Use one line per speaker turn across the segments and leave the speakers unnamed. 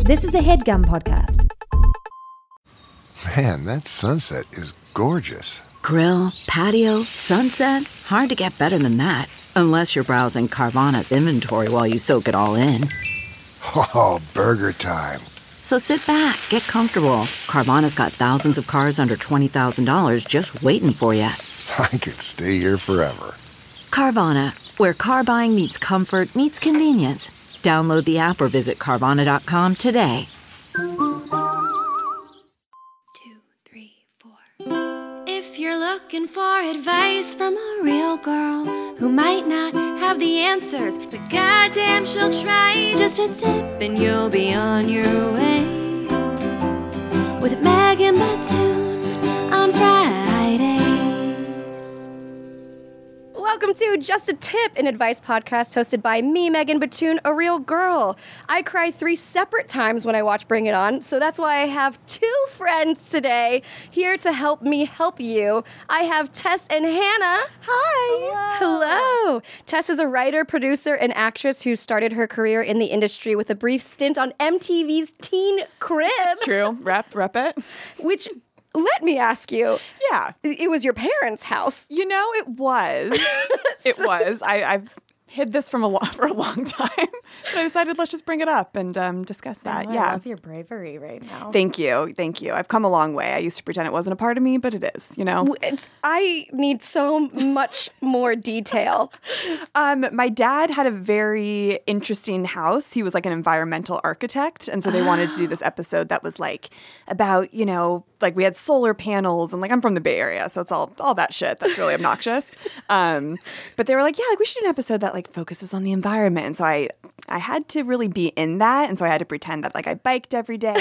This is a headgum podcast.
Man, that sunset is gorgeous.
Grill, patio, sunset. Hard to get better than that. Unless you're browsing Carvana's inventory while you soak it all in.
Oh, burger time.
So sit back, get comfortable. Carvana's got thousands of cars under $20,000 just waiting for you.
I could stay here forever.
Carvana, where car buying meets comfort, meets convenience. Download the app or visit Carvana.com today.
two, three, four. If you're looking for advice from a real girl who might not have the answers, but goddamn, she'll try. Just a tip and you'll be on your way. With Meg and Batoon on Fridays.
Welcome to Just a Tip, an advice podcast hosted by me, Megan Batoon, a real girl. I cry three separate times when I watch Bring It On, so that's why I have two friends today here to help me help you. I have Tess and Hannah. Hi. Hello. Tess is a writer, producer, and actress who started her career in the industry with a brief stint on MTV's Teen Crib.
True. Rep, rep it.
Which, let me ask you,
Yeah.
it was your parents' house.
You know, it was. it was. I, I've hid this from a lot for a long time, but I decided let's just bring it up and um, discuss that. yeah.
your bravery right now.
Thank you. Thank you. I've come a long way. I used to pretend it wasn't a part of me, but it is, you know?
It's, I need so much more detail.
Um, my dad had a very interesting house. He was like an environmental architect, and so they wanted to do this episode that was like about you know like we had solar panels and like I'm from the Bay Area, so it's all all that shit that's really obnoxious. Um, but they were like, yeah, like we should do an episode that like focuses on the environment. And so I I had to really be in that, and so I had to pretend that like I biked every day.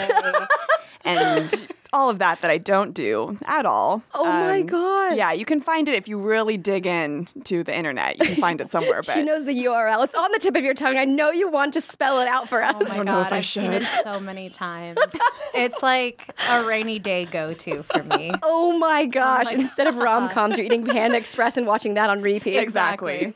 And all of that that I don't do at all.
Oh my
Um,
God.
Yeah, you can find it if you really dig in to the internet. You can find it somewhere. But
She knows the URL. It's on the tip of your tongue. I know you want to spell it out for us.
Oh my god, I've seen it so many times. it's like a rainy day go to for me.
Oh my gosh. Instead of rom coms, you're eating Panda Express and watching that on repeat.
exactly.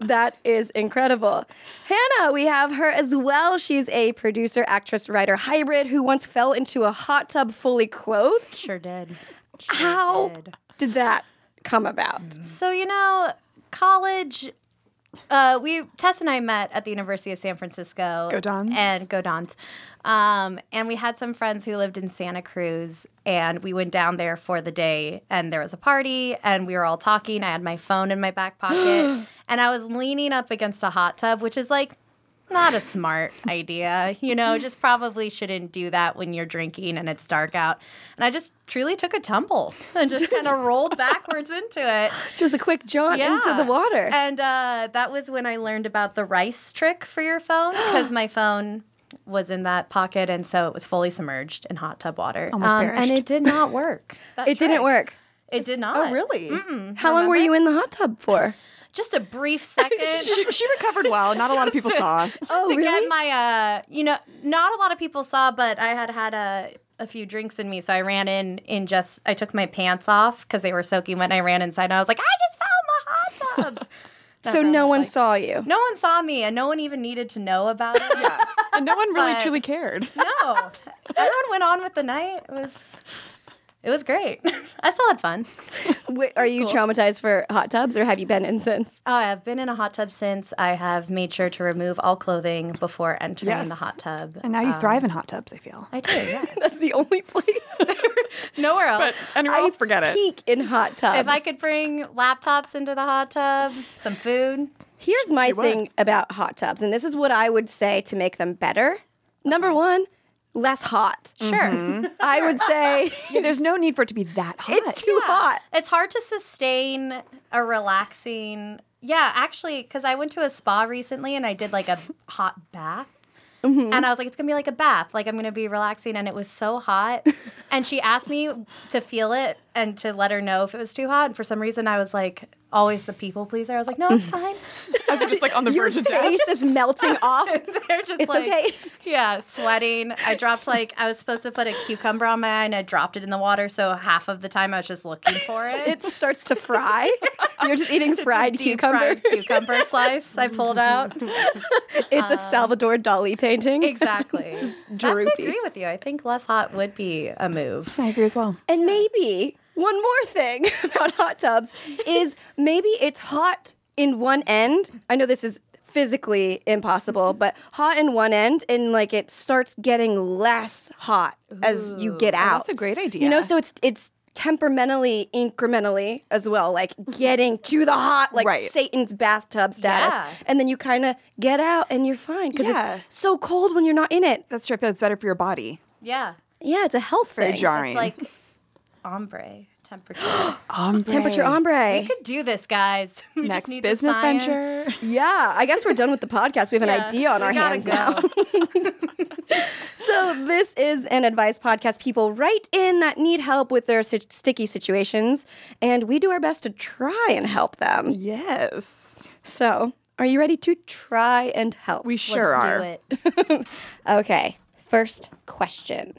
That is incredible. Hannah, we have her as well. She's a producer, actress, writer hybrid who once fell into a hot tub fully clothed.
Sure did. Sure
How
did.
did that come about?
So you know, college. Uh, we Tess and I met at the University of San Francisco.
Go Dons.
And go Dons. Um, and we had some friends who lived in Santa Cruz, and we went down there for the day. And there was a party, and we were all talking. I had my phone in my back pocket, and I was leaning up against a hot tub, which is like not a smart idea. You know, just probably shouldn't do that when you're drinking and it's dark out. And I just truly took a tumble and just kind of rolled backwards into it.
Just a quick jaunt into the water.
And uh, that was when I learned about the rice trick for your phone because my phone was in that pocket and so it was fully submerged in hot tub water. Um,
Almost
and
perished.
it did not work. That
it didn't
trick.
work.
It did not.
Oh, really?
Mm-hmm.
How long were you in the hot tub for?
Just a brief second.
She, she recovered well. Not a lot of people saw.
oh, to get my uh you know not a lot of people saw but i had had a a few drinks in me so i ran in in just i took my pants off because they were soaking wet and i ran inside and i was like i just found the hot tub
So no one saw you.
no one saw me and no one even needed to know about it
And no one really
But-
truly cared.
no everyone went on with the night it was it was great i still had fun
Wait, are you traumatized for hot tubs or have you been in since?
oh i've been in a hot tub since i have made sure to remove all clothing before entering the
Yes.
hot tub
And now you thrive in hot tubs. I feel.
i do yeah
That's the only place.
nowhere else
Anywhere else, forget it.
Peak in hot tubs.
If I could bring laptops into the hot tub, some food.
Here's my
would.
thing about hot tubs, and this is what I would say to make them better.
Uh-huh.
Number one, less hot. Sure. I would say
There's no need for it to be that hot.
it's too hot.
It's hard to sustain a relaxing. Yeah, actually, because I went to a spa recently and I did like a hot bath.
Mm-hmm.
And I was like, it's gonna be like a bath. Like, I'm gonna be relaxing. And it was so hot. and she asked me to feel it and to let her know if it was too hot. And for some reason, I was like always the people pleaser. I was like, no, it's fine.
I was just like on the
Your
verge of death.
face is melting off.
They're just
It's
like,
okay.
yeah, sweating. I dropped like I was supposed to put a cucumber on my eye, and I dropped it in the water. So half of the time, I was just looking for it.
It starts to fry. You're just eating fried
Deep
cucumber.
fried cucumber slice I pulled out.
It's a
Um,
Salvador Dali painting.
Exactly. So I have to
droopy.
agree with you. I think less hot would be a move.
I agree as well.
And maybe one more thing about hot tubs is maybe it's hot in one end. I know this is physically
Mm-hmm.
impossible, but hot in one end and like it starts getting less hot as you get out.
Oh, that's a great idea.
You know, so it's it's temperamentally incrementally as well, like getting to the hot like
Right.
Satan's bathtub status.
Yeah.
And then you kind of get out and you're fine because
Yeah.
it's so cold when you're not in it.
That's true. I feel it's better for your body.
Yeah.
Yeah, it's a health
Very
thing.
jarring. Um,
It's like ombre temperature.
Temperature ombre.
we could do this, guys. We just
Next
need the
business
science.
venture.
Yeah, I guess we're done with the podcast. We have an
Yeah,
idea on
we
our
gotta
hands
go.
now. So this is an advice podcast. People write in that need help with their si- sticky situations, and we do our best to try and help them.
Yes.
So, are you ready to try and help?
We
Let's
sure are.
do it.
Okay, first question.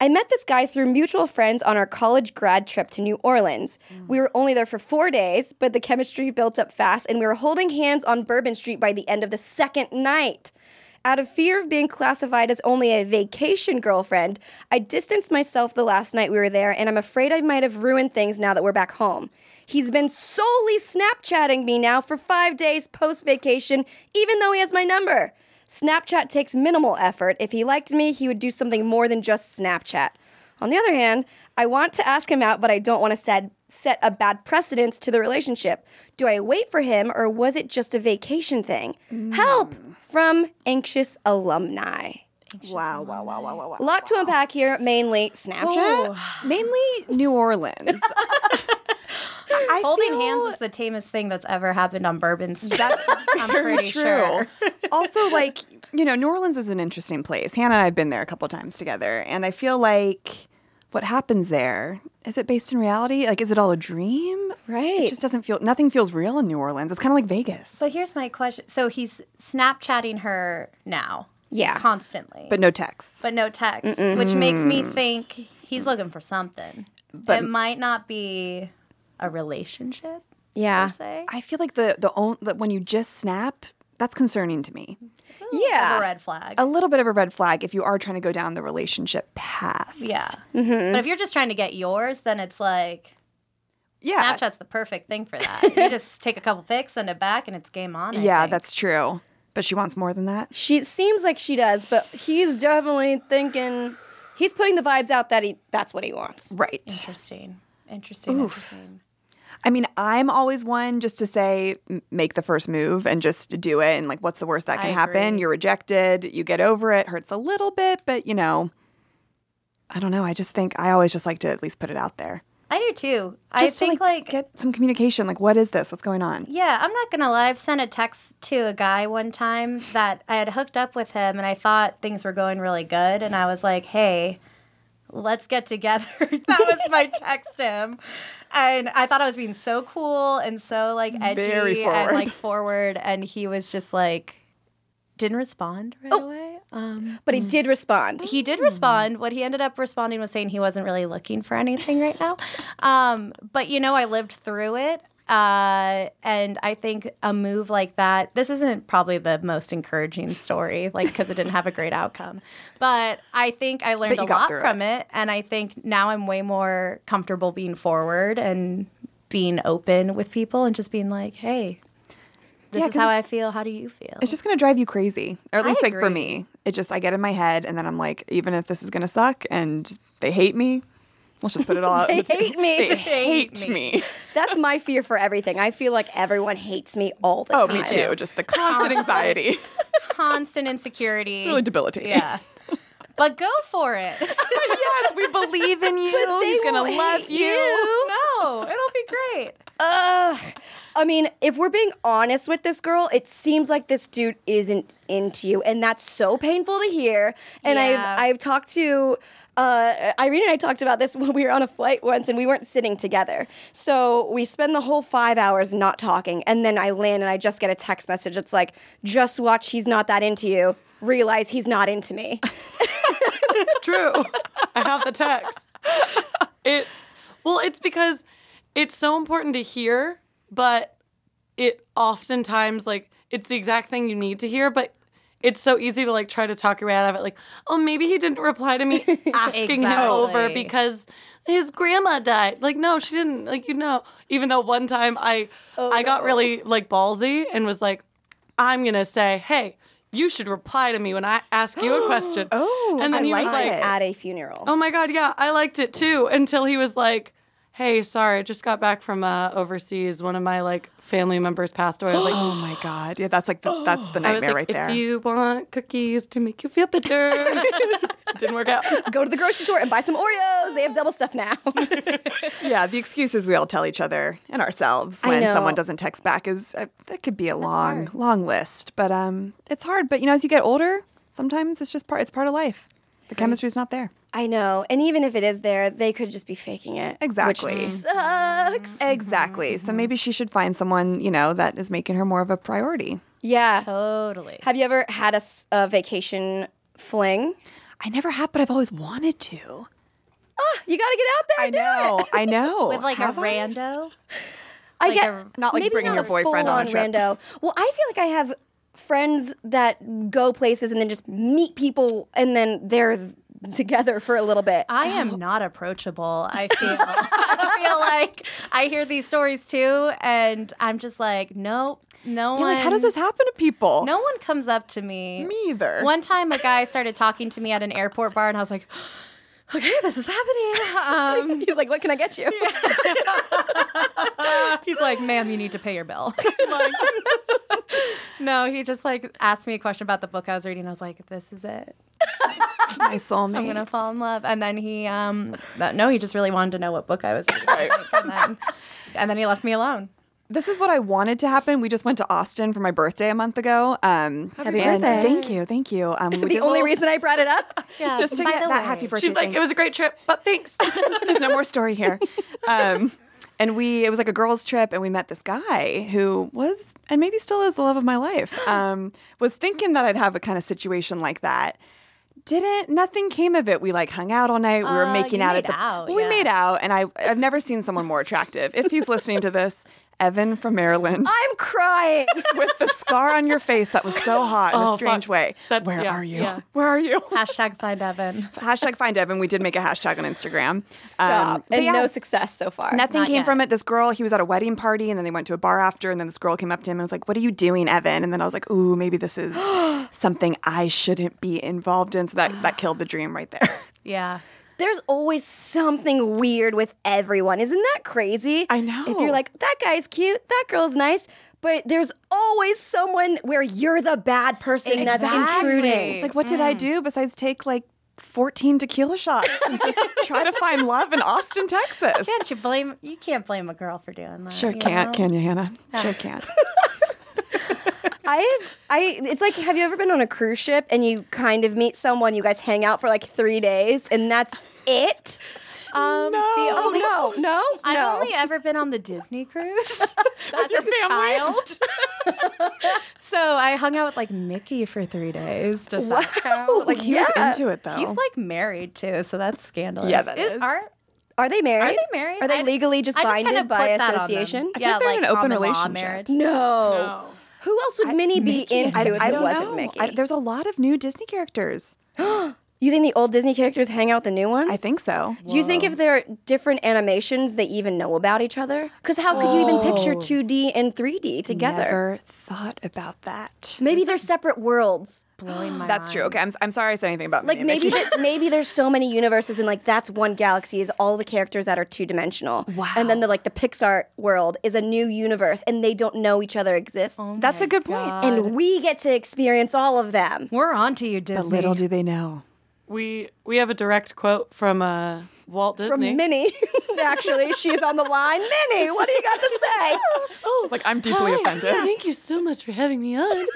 I met this guy through mutual friends on our college grad trip to New Orleans. We were only there for four days, but the chemistry built up fast, and we were holding hands on Bourbon Street by the end of the second night. Out of fear of being classified as only a vacation girlfriend, I distanced myself the last night we were there, and I'm afraid I might have ruined things now that we're back home. He's been solely Snapchatting me now for five days post vacation, even though he has my number. Snapchat takes minimal effort. If he liked me, he would do something more than just Snapchat. On the other hand, I want to ask him out, but I don't want to set, set a bad precedence to the relationship. Do I wait for him, or was it just a vacation thing?
Mm.
Help from anxious alumni.
Wow, wow, wow, wow, wow, wow.
A lot to unpack here, mainly Snapchat.
Mainly New Orleans. I
Holding
feel
hands is the tamest thing that's ever happened on Bourbon Street. That's I'm
very
pretty sure.
also, like, you know, New Orleans is an interesting place. Hannah and I have been there a couple times together, and I feel like what happens there is it based in reality? Like, is it all a dream?
Right.
It just doesn't feel, nothing feels real in New Orleans. It's kind of like Vegas,
But here's my question. So he's Snapchatting her now.
Yeah.
Constantly.
but no texts.
but no text, which makes me think he's looking for something. But it might not be a relationship,
Yeah.
per se.
I feel like the, the, on, that when you just snap, that's concerning to me.
It's a little
Yeah.
bit of a red flag.
A little bit of a red flag if you are trying to go down the relationship path.
yeah.
Mm-hmm.
But if you're just trying to get yours, then it's like
Yeah.
Snapchat's the perfect thing for that. you just take a couple pics, send it back, and it's game on. I
yeah,
think.
that's true. But she wants more than that.
She seems like she does, but he's definitely thinking, he's putting the vibes out that he that's what he wants.
Right.
interesting. Interesting. interesting.
I mean, I'm always one just to say, m- make the first move and just do it. And like, what's the worst that can
I
happen?
agree.
You're rejected, you get over it, hurts a little bit, but you know, I don't know. I just think I always just like to at least put it out there.
I do too. I
Just to,
think like,
get some communication. Like, what is this? What's going on?
Yeah, I'm not gonna lie. I've sent a text to a guy one time that I had hooked up with him, and I thought things were going really good, and I was like, "Hey, let's get together." that was my text to him, and I thought I was being so cool and so like edgy
Very
and
forward.
like forward, and he was just like, didn't respond right away. Um,
But he
Mm.
did respond.
he
Hmm.
did respond. What he ended up responding was saying he wasn't really looking for anything right now. Um, but you know, I lived through it. Uh, and I think a move like that, this isn't probably the most encouraging story, like because it didn't have a great outcome. But I think I learned
But
a
you got
lot
through
from it. And I think now I'm way more comfortable being forward and being open with people and just being like, hey, this
Yeah,
is
'cause
how
it-
I feel. How do you feel?
It's just going to drive you crazy. Or at
I
least, like, for
agree.
me, it just, I get in my head and then I'm like, even if this is going to suck and they hate me, let's just put it all out. on
They
the table.
hate me.
They
They
hate me.
That's my fear for everything. I feel like everyone hates me all the
Oh,
time.
me too. Just the constant anxiety. It's
constant insecurity.
really debilitating.
Yeah. But go for it.
yes, we believe in you.
they
He's gonna
will
love
hate
you.
no, it'll be great.
Ugh. I mean, if we're being honest with this girl, it seems like this dude isn't into you, and that's so painful to hear. And
Yeah.
I've I've talked to uh, Irene and I talked about this when we were on a flight once and we weren't sitting together. So we spend the whole five hours not talking. And then I land and I just get a text message. It's like, just watch, he's not that into you. Realize he's not into me.
True. I have the text. It well, it's because it's so important to hear, but it oftentimes like it's the exact thing you need to hear, but it's so easy to like try to talk your way out of it like, "Oh, maybe he didn't reply to me asking him over
Exactly.
because his grandma died." Like, no, she didn't. Like, you know, even though one time I I got really like ballsy and was like, "I'm going to say, "Hey, you should reply to me when I ask you a question." oh, and then
I
he was
like
like,
it.
At a funeral.
oh my god yeah i liked it too until he was like hey sorry I just got back from uh, overseas one of my like family members passed away i was like
Oh my god. Yeah, that's like the, that's the
I was
nightmare
like,
right
if
there.
you want cookies to make you feel better, didn't work out.
Go to the grocery store and buy some Oreos. They have double stuff now.
yeah, the excuses we all tell each other and ourselves
I
when
know.
someone doesn't text back is uh, that could be a long long list, but um it's hard, but you know as you get older, sometimes it's just part it's part of life. The chemistry's not there.
I know. And even if it is there, they could just be faking it.
Exactly.
Which sucks.
Exactly. So maybe she should find someone, you know, that is making her more of a priority.
Yeah.
Totally.
Have you ever had a, s- a vacation fling?
I never have, but I've always wanted to.
You got to get out there.
I
and do
know. I know.
With like
Have
a
I?
rando.
I
Like
get
a-
Not like
maybe
bringing
not
your boyfriend on a
full-on
trip.
Rando. Well, I feel like I have friends that go places and then just meet people and then they're th- together for a little bit.
I am not approachable. I feel. I feel like I hear these stories too, and I'm just like, nope, no
Yeah,
one.
like how does this happen to people?
No one comes up to me.
Me either.
One time, a guy started talking to me at an airport bar, and I was like, okay, this is happening. Um,
He's like, "What can I get you?"
He's like, ma'am, you need to pay your bill. I'm like- no, he just like asked me a question about the book I was reading. I was like, this is it.
My soulmate.
I'm gonna fall in love. And then he, um, th- no, he just really wanted to know what book I was reading. and, then, and then he left me alone.
This is what I wanted to happen. We just went to Austin for my birthday a month ago. Um, happy
birthday.
Thank you, thank you. Um, we did
the
a
only
little-
reason I brought it up.
Yeah,
just to
by
get
the
that
way.
happy birthday.
She's like,
thing.
it was a great trip, but thanks.
There's no more story here. Um, and we, it was like a girls' trip, and we met this guy who was, and maybe still is, the love of my life. Um, was thinking that I'd have a kind of situation like that. Didn't nothing came of it. We like hung out all night. we were
Oh,
making
you
out
made
at the.
out,
well, we
yeah.
made out, and I I've never seen someone more attractive. If he's listening to this, Evan from Maryland
I'm crying.
with the scar on your face that was so hot in
Oh,
a
fuck.
strange way.
That's-
Where
yeah,
are you?
yeah.
Where are you?
Hashtag find Evan.
hashtag find Evan. We did make a hashtag on Instagram. Um,
Stop.
but
and
yeah,
no success so far.
Nothing
Not
came
yet.
from it. This girl, he was at a wedding party and then they went to a bar after. And then this girl came up to him and was like, What are you doing, Evan? And then I was like, Ooh, maybe this is something I shouldn't be involved in. So that, that killed the dream right there.
Yeah.
There's always something weird with everyone. Isn't that crazy?
I know.
If you're like, that guy's cute, that girl's nice, but there's always someone where you're the bad person that's
Exactly.
intruding.
Like, what did I do besides take like 14 tequila shots and just try to find love in Austin, Texas?
Can't you blame? You can't blame a girl for doing that.
Sure
you
can't,
know?
can you, Hannah? Sure can't.
I have I it's like have you ever been on a cruise ship and you kind of meet someone, you guys hang out for like three days and that's it?
Um, The
Oh
only,
no, no,
I've
no.
only ever been on the Disney cruise as a child. so I hung out with like Mickey for three days. Does that count? Like
He
yeah.
was into it though.
he's like married too, so that's scandalous.
Yeah, that
It-
is.
Are
Are they
are
married?
they married?
Are they
I-
legally just
I
binded
kinda
by
put that on them.
association?
think
Yeah,
they're
like
in an open
common law
relationship.
marriage.
No. Who else would Minnie be into
I,
if
I
it
don't
wasn't
know.
Mickey?
I- there's a lot of new Disney characters.
You think the old Disney characters hang out with the new ones?
I think so.
Do you think if they're different animations, they even know about each other? Because how could you even picture 2D and 3D together?
Never thought about that.
Maybe they're separate worlds.
Blowing my
That's true. Okay, I'm, I'm sorry I said anything about
Like
Minnie
maybe
and Mickey.
that maybe there's so many universes and like that's one galaxy is all the characters that are two dimensional. Wow. And then the like the Pixar world is a new universe and they don't know each other exists.
That's a good point.
and we get to experience all of them.
We're on to you, Disney.
But little do they know.
we we have a direct quote from uh, Walt Disney.
From Minnie, actually, she's on the line. Minnie, what do you got to say?
Oh,
Like I'm deeply
Hi.
offended.
Thank you so much for having me on.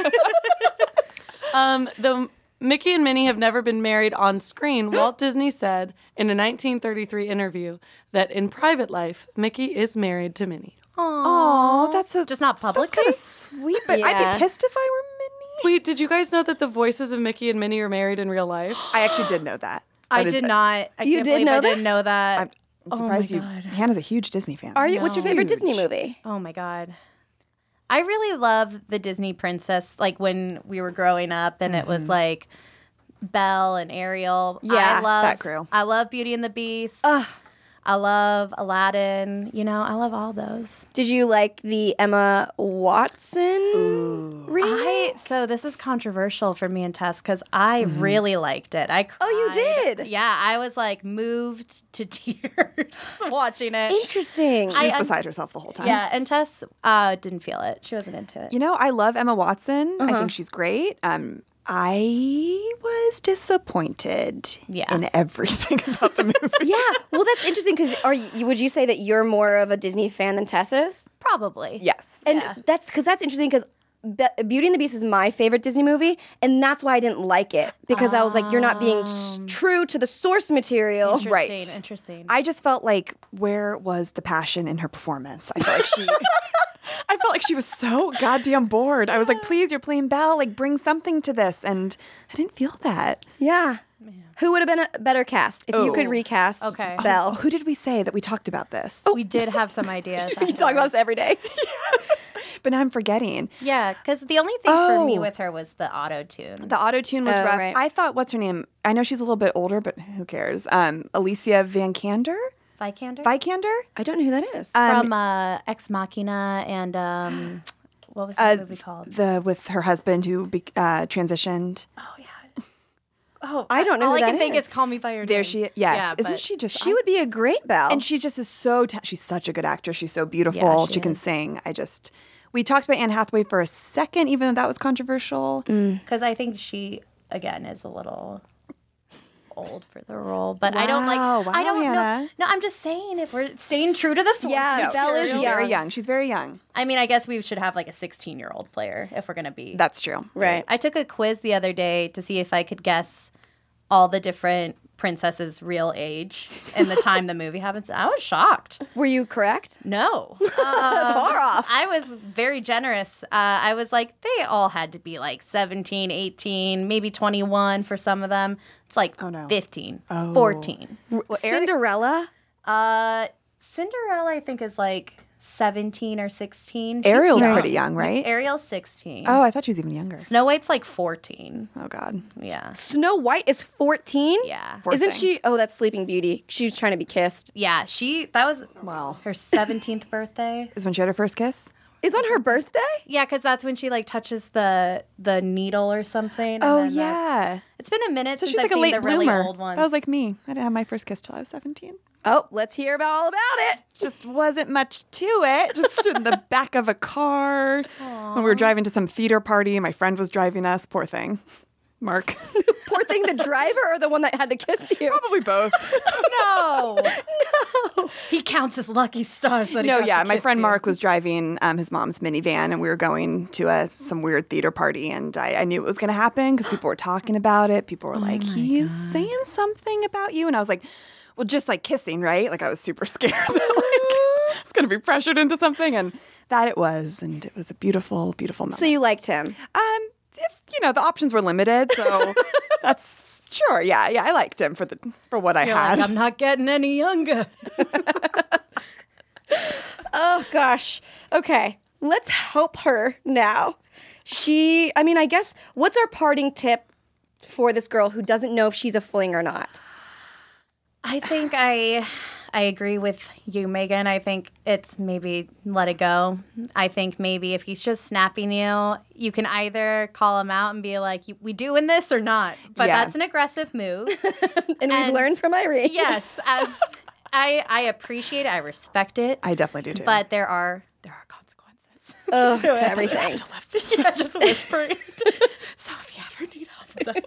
um, the Mickey and Minnie have never been married on screen. Walt Disney said in a 1933 interview that in private life, Mickey is married to Minnie.
Oh, that's a
Just not publicly.
Kind of sweet, but I'd
Yeah.
be pissed if I were Minnie.
Wait, did you guys know that the voices of Mickey and Minnie are married in real life?
I actually did know that.
I
That is-
did not. I
You did
can't believe
know
I
that?
didn't know that.
I'm, I'm surprised you. Hannah's a huge Disney fan.
Are you? What's your favorite Disney movie?
Oh my god. I really love the Disney princess like when we were growing up and it was like Belle and Ariel.
Mm-hmm. Yeah,
I love
that crew.
I love Beauty and the Beast. I love Aladdin. You know, I love all those.
Did you like the Emma Watson?
I so this is controversial for me and Tess because I really liked it. I cried.
Mm-hmm. Oh, you did?
Yeah, I was like moved to tears watching it.
Interesting.
She's
I-
beside herself the whole time.
Yeah, and Tess uh, didn't feel it. She wasn't into it.
You know, I love Emma Watson. I think she's great. Um, I was disappointed
Yeah.
in everything about the movie.
yeah. Well, that's interesting because are you? Would you say that you're more of a Disney fan than Tess is?
Probably.
yes.
And that's because that's interesting because Beauty and the Beast is my favorite Disney movie, and that's why I didn't like it because I was like, you're not being s- true to the source material.
Interesting,
Right.
Interesting.
I just felt like where was the passion in her performance? I felt like she I felt like she was so goddamn bored. I was like, please, you're playing Belle, like bring something to this. And I didn't feel that.
Yeah. Who would have been a better cast if you could recast
Okay.
Oh,
Belle?
who did we say that we talked about this?
we did have some ideas.
you talk about this every day.
But now I'm forgetting.
Yeah, because the only thing for me
Oh.
with her was the auto tune.
The auto tune was
Oh,
rough.
right.
I thought, what's her name? I know she's a little bit older, but who cares? Um, Alicia Van Kander?
Vikander
Vikander?
I don't know who that is.
um,
from uh, Ex Machina and um, what was
Uh,
that movie called?
The with her husband who be, uh, transitioned.
Oh,
I don't know
All
who
I can
that
think is
is.
Call Me by Your Name.
There she is. Yes.
Yeah,
Isn't
but-
she just
she would be a great
Oh.
Belle.
And she just is so ta- she's such a good actress. She's so beautiful. she can sing. I just we talked about Anne Hathaway for a second, even though that was controversial.
Because I think she again is a little old for the role, but I don't like.
Wow,
I
wow,
don't know.
Hannah.
No, I'm just saying if we're staying true to this.
Yeah,
No,
Belle is
she's very young. She's very young.
I mean, I guess we should have like a 16 year old player if we're gonna be
That's true.
right.
I took a quiz the other day to see if I could guess all the different princesses' real age and the time the movie happens. I was shocked.
Were you correct?
No. Um,
Far off.
I was very generous. Uh, I was like, they all had to be like 17, 18, maybe 21 for some of them. It's like
Oh,
15, 14.
Cinderella?
Uh, Cinderella, I think, is like 17 or 16. She's
Ariel's
young.
pretty young, right?
Ariel's 16.
oh, I thought she was even younger.
Snow White's like 14.
Oh God.
Yeah.
Snow White is 14?
Yeah.
Poor
Isn't
thing.
she? Oh, that's Sleeping Beauty. She was trying to be kissed.
Yeah, she that was
Wow.
her 17th birthday.
Is when she had her first kiss?
Is on her birthday?
Yeah, cuz that's when she like touches the the needle or something and
Oh
then that's-
yeah.
It's been a minute
So
since
she's
I've
like a
seen
late
the
bloomer.
really old ones.
That was like me. I didn't have my first kiss till I was seventeen.
Oh, let's hear about all about it.
Just wasn't much to it. Just in the back of a car. When we were driving to some theater party, my friend was driving us. Poor thing. Mark.
Poor thing, the driver or the one that had to kiss you?
Probably both.
no. no. He counts his lucky stars that he
no,
got to
yeah. My
kiss
friend
you.
Mark was driving um, his mom's minivan, and we were going to a some weird theater party, and I, I knew it was going to happen because people were talking about it. People
Oh
were like, "He is saying something about you," and I was like, "Well, just like kissing, right?" Like I was super scared that like I was going to be pressured into something, and that it was, and it was a beautiful, beautiful moment.
So you liked him.
um, if, you know, the options were limited, so that's sure. Yeah, yeah. I liked him for the for what I had.
Like, um, I'm not getting any younger.
Oh gosh. Okay. Let's help her now. She I mean, I guess what's our parting tip for this girl who doesn't know if she's a fling or not?
I think I I agree with you, Megan. I think it's maybe let it go. I think maybe if he's just snapping you, you can either call him out and be like, "We doing this or not?" But
Yeah.
that's an aggressive move.
And, we've
And-
learned from Irene.
yes, as I I appreciate it, I respect it,
I definitely do too.
but there are there are consequences.
Ugh, to everything.
yeah, just whisper. so if you ever need help with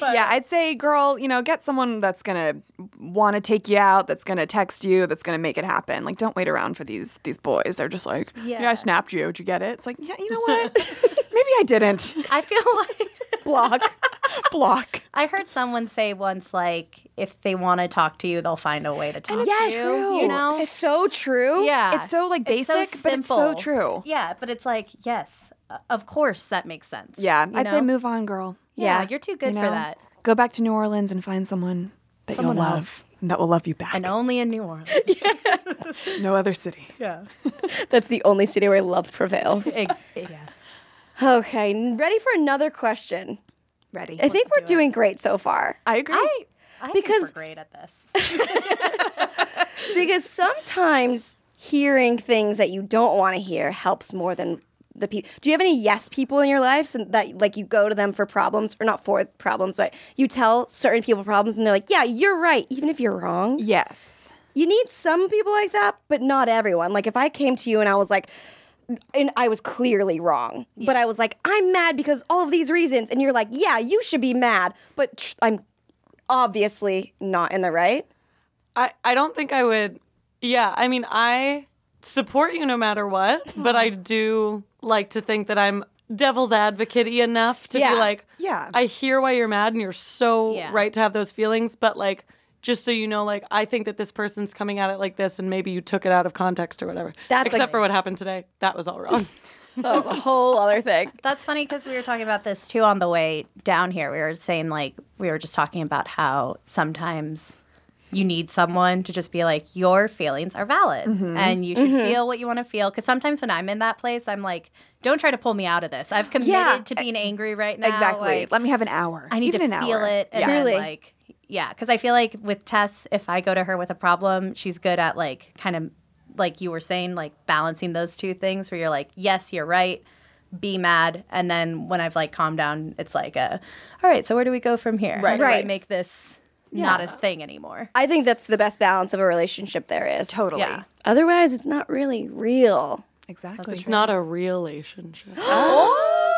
that.
yeah, I'd say, girl, you know, get someone that's gonna want to take you out, that's gonna text you, that's gonna make it happen. Like, don't wait around for these these boys. They're just like, yeah,
Yeah.
I snapped you. Did you get it? It's like, yeah, you know what? Maybe I didn't.
I feel like
Block.
block.
I heard someone say once, like, if they want to talk to you, they'll find a way to talk
Yes,
to you. You know?
it's so true.
yeah.
It's so, like,
It's so
basic, but it's so
simple.
true.
Yeah, but it's like, yes, uh, of course that makes sense.
Yeah,
you
I'd say
know?
move on, girl.
Yeah, you're too good
You
for
know?
that.
Go back to New Orleans and find someone that you'll love and that will love you back.
And only in New Orleans.
No other city.
yeah.
That's the only city where love prevails.
Ex- yes.
okay, n- ready for another question.
Ready.
I think we're doing great so far.
I agree.
I, I
Because-
think we're great at this.
Because sometimes hearing things that you don't want to hear helps more than the people. Do you have any yes people in your lives and that like you go to them for problems or not for problems, but you tell certain people problems and they're like, "Yeah, you're right," even if you're wrong.
yes.
You need some people like that, but not everyone. Like if I came to you and I was like and I was clearly wrong, but I was like, "I'm mad because all of these reasons." And you're like, "Yeah, you should be mad," but tch, I'm obviously not in the right.
I, I don't think I would. Yeah, I mean, I support you no matter what, but I do like to think that I'm devil's advocate enough to
Yeah.
be like,
Yeah.
I hear why you're mad and you're so
Yeah.
right to have those feelings, but like, just so you know, like, I think that this person's coming at it like this and maybe you took it out of context or whatever.
That's
Except
like-
for what happened today. That was all wrong.
That was a whole other thing.
That's funny because we were talking about this too on the way down here. We were saying like we were just talking about how sometimes you need someone to just be like your feelings are valid and you should feel what you want to feel because sometimes when I'm in that place I'm like don't try to pull me out of this. I've committed
Yeah.
to being angry right now.
Exactly.
Like,
Let me have an hour.
I need
Even
to
an
feel
hour.
it. And
Truly.
Truly. like, yeah, because I feel like with Tess, if I go to her with a problem, she's good at like kind of like you were saying, like balancing those two things where you're like, yes, you're right, be mad, and then when I've like calmed down, it's like a, all right, so where do we go from here? How do I
Right.
make this not a thing anymore.
I think that's the best balance of a relationship there is.
Totally.
Yeah.
Otherwise, it's not really real.
Exactly.
it's not a relationship.
Oh!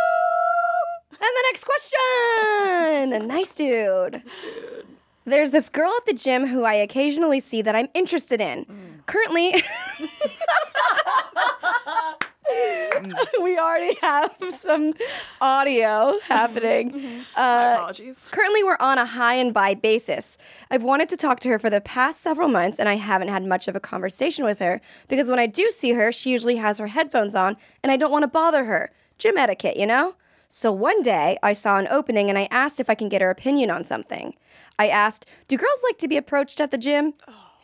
And the next question. A nice dude. There's this girl at the gym who I occasionally see that I'm interested in. Currently, we already have some audio happening.
Apologies.
Currently, we're on a high and buy basis. I've wanted to talk to her for the past several months, and I haven't had much of a conversation with her because when I do see her, she usually has her headphones on, and I don't want to bother her. Gym etiquette, you know? So one day, I saw an opening and I asked if I can get her opinion on something. I asked, Do girls like to be approached at the gym?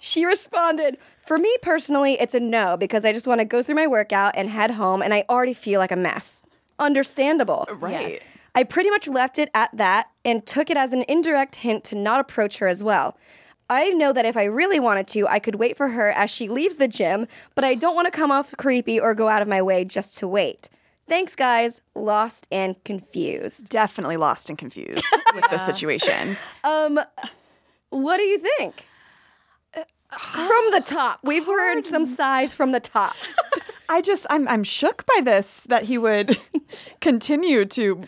She responded, For me personally, it's a no because I just want to go through my workout and head home, and I already feel like a mess. Understandable.
Uh,
Right.
I pretty much left it at that and took it as an indirect hint to not approach her as well. I know that if I really wanted to, I could wait for her as she leaves the gym, but I don't want to come off creepy or go out of my way just to wait. Thanks, guys. Lost and confused.
Definitely lost and confused with this situation.
Um, what do you think?
Uh,
From the top, we've heard some sighs from the top.
I just I'm I'm shook by this that he would continue to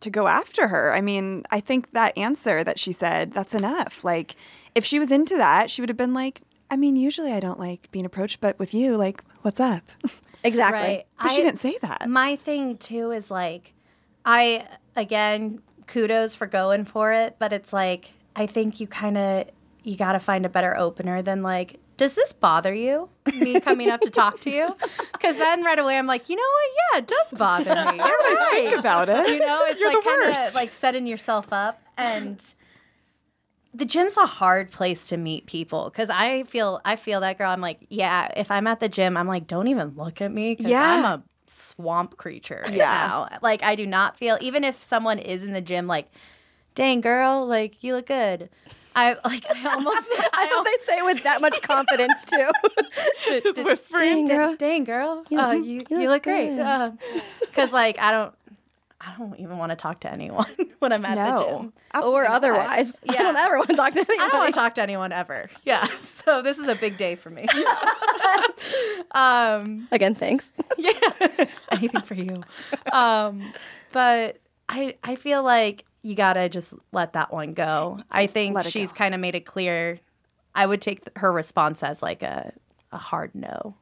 to go after her. I mean, I think that answer that she said, that's enough. Like if she was into that, she would have been like, I mean, usually I don't like being approached, but with you, like, what's up?
Exactly.
Right.
But she didn't say that.
My thing too is like, I again kudos for going for it, but it's like I think you kind of you got to find a better opener than like. Does this bother you? Me coming up to talk to you? Because then right away I'm like, you know what? Yeah, it does bother me. You're
I
right.
think about it.
You know, it's
You're
like
the
kind of
worst.
like setting yourself up and the gym's a hard place to meet people because I feel I feel that girl. I'm like, yeah. If I'm at the gym, I'm like, don't even look at me because
Yeah.
I'm a swamp creature. right now. like I do not feel even if someone is in the gym, like, dang girl, like you look good. I like I almost
I hope they say it with that much confidence too.
just whispering.
Dang, girl.
dang girl, you, uh, you, you, look great. Because like I don't I don't even want to talk to anyone when I'm at the gym.
No.
Or otherwise. I don't
Yeah.
ever want to talk to anyone.
I don't want to talk to anyone ever. Yeah. So this is a big day for me. um,
Again, thanks.
yeah. Anything for you. Um, but I I feel like you gotta just let that one go. I think
Let it
she's
go.
kind of made it clear. I would take her response as like a a hard no.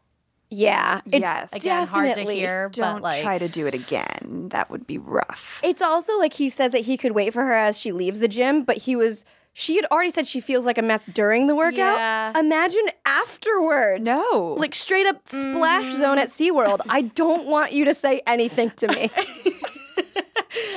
Yeah. It's
Yes.
Again, hard to
definitely
hear,
Don't
but like
try to do it again. That would be rough.
It's also like he says that he could wait for her as she leaves the gym, but he was she had already said she feels like a mess during the workout.
Yeah.
Imagine afterwards.
No. Mm.
Like straight up splash zone at SeaWorld. I don't want you to say anything to me.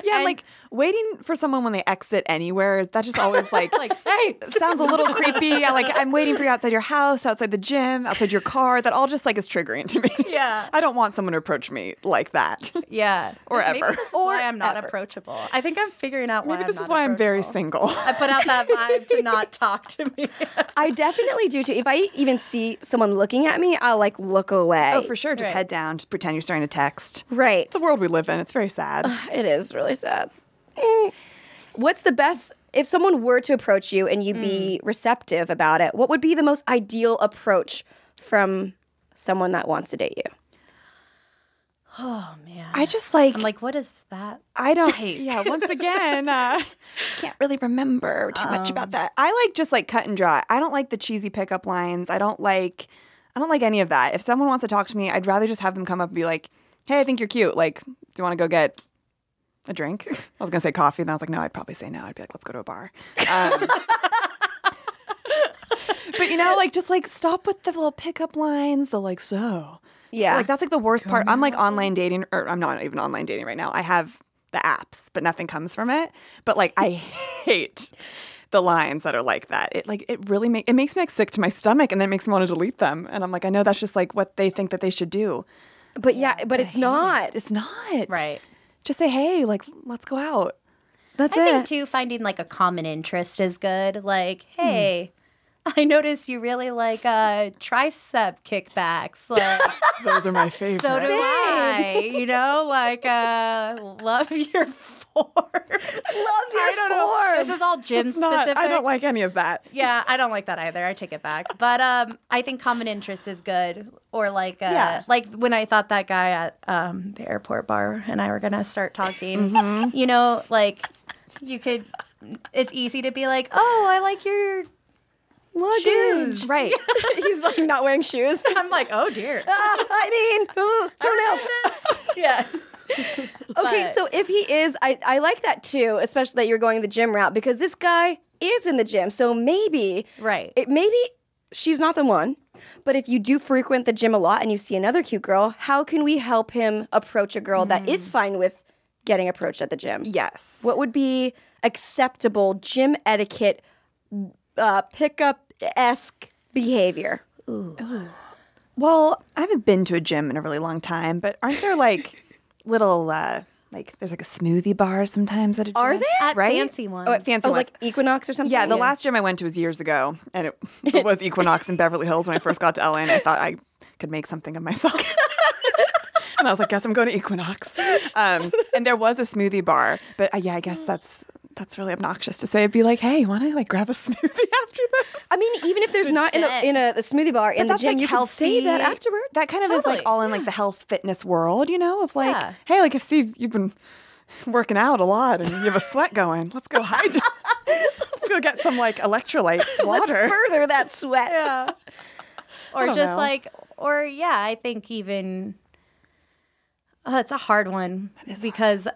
yeah, like waiting for someone when they exit anywhere, that just always like, like hey, sounds a little creepy. I, like I'm waiting for you outside your house, outside the gym, outside your car. That all just like is triggering to me.
Yeah.
I don't want someone to approach me like that.
yeah,
Or
Maybe
ever.
This is why I'm not approachable. I think I'm figuring out why.
Maybe this
I'm
is
not
why I'm very
approachable.
single.
I put out that vibe to not talk to me.
I definitely do too. If I even see someone looking at me, I'll like look away.
Oh, for sure. Just head down. Just pretend you're starting to text.
Right.
It's the world we live in. It's very sad.
It is really sad. Mm. What's the best if someone were to approach you and you be receptive about it? What would be the most ideal approach from someone that wants to date you?
oh man,
I just like,
I'm like, what is that?
I don't. Yeah, once again, uh, can't really remember too much about that. I like just like cut and dry. I don't like the cheesy pickup lines. I don't like, I don't like any of that. If someone wants to talk to me, I'd rather just have them come up and be like, "Hey, I think you're cute. Like, do you want to go get a drink?" I was gonna say coffee, and I was like, "No, I'd probably say no. I'd be like, let's go to a bar." Um, but you know, like just like stop with the little pickup lines. The like so.
Yeah.
Like that's like the worst part. I'm like online dating, or I'm not even online dating right now. I have the apps, but nothing comes from it. But like I hate the lines that are like that. It like it really make it makes me like sick to my stomach, and then it makes me want to delete them. And I'm like, I know that's just like what they think that they should do.
But yeah, but it's not.
It's not
Right.
Just say hey, like let's go out.
That's
I
it.
think too finding like a common interest is good. Like, hey, I noticed you really like uh tricep kickbacks. Like
Those are my favorite.
so do I. You know, like uh love your form. Love
your form.
This is all gym
It's not-
specific.
I don't like any of that.
yeah, I don't like that either. I take it back. But um, I think common interest is good. Or like, uh,
Yeah.
like when I thought that guy at um, the airport bar and I were gonna start talking.
Mm-hmm.
You know, like you could. It's easy to be like, oh, I like your shoes, right?
He's like not wearing shoes.
I'm like, oh dear.
Ah, I mean, ugh, toenails.
yeah.
Okay,
But-
so if he is, I, I like that too, especially that you're going the gym route because this guy is in the gym. So maybe,
Right.
It maybe she's not the one, but if you do frequent the gym a lot and you see another cute girl, how can we help him approach a girl that is fine with getting approached at the gym?
Mm. Yes.
What would be acceptable gym etiquette, uh, pickup esque behavior?
Well, I haven't been to a gym in a really long time, but aren't there like little uh like there's like a smoothie bar sometimes at a gym?
Are there?
At
Right?
fancy ones.
Oh, at fancy
Oh,
ones.
like Equinox or something?
yeah, the last gym I went to was years ago, and it, it was Equinox in Beverly Hills when I first got to LA, and I thought I could make something of myself. and I was like, guess I'm going to Equinox. Um, and there was a smoothie bar, but uh, yeah, I guess that's that's really obnoxious to say. It'd be like, hey, you want to like grab a smoothie after this?
I mean, even if there's not in a,
it.
in a, a smoothie bar in the
that's
gym,
like
you can say that
healthy-
afterwards.
That kind of is like
Totally.
all in like the health fitness world, you know, of like,
Yeah.
hey, like if Steve, you've been working out a lot and you have a sweat going, let's go hydrate. let's go get some like electrolyte
Let's
water.
further that sweat.
yeah. Or
don't
just
know.
like, or yeah, I think even. Oh, it's a hard one because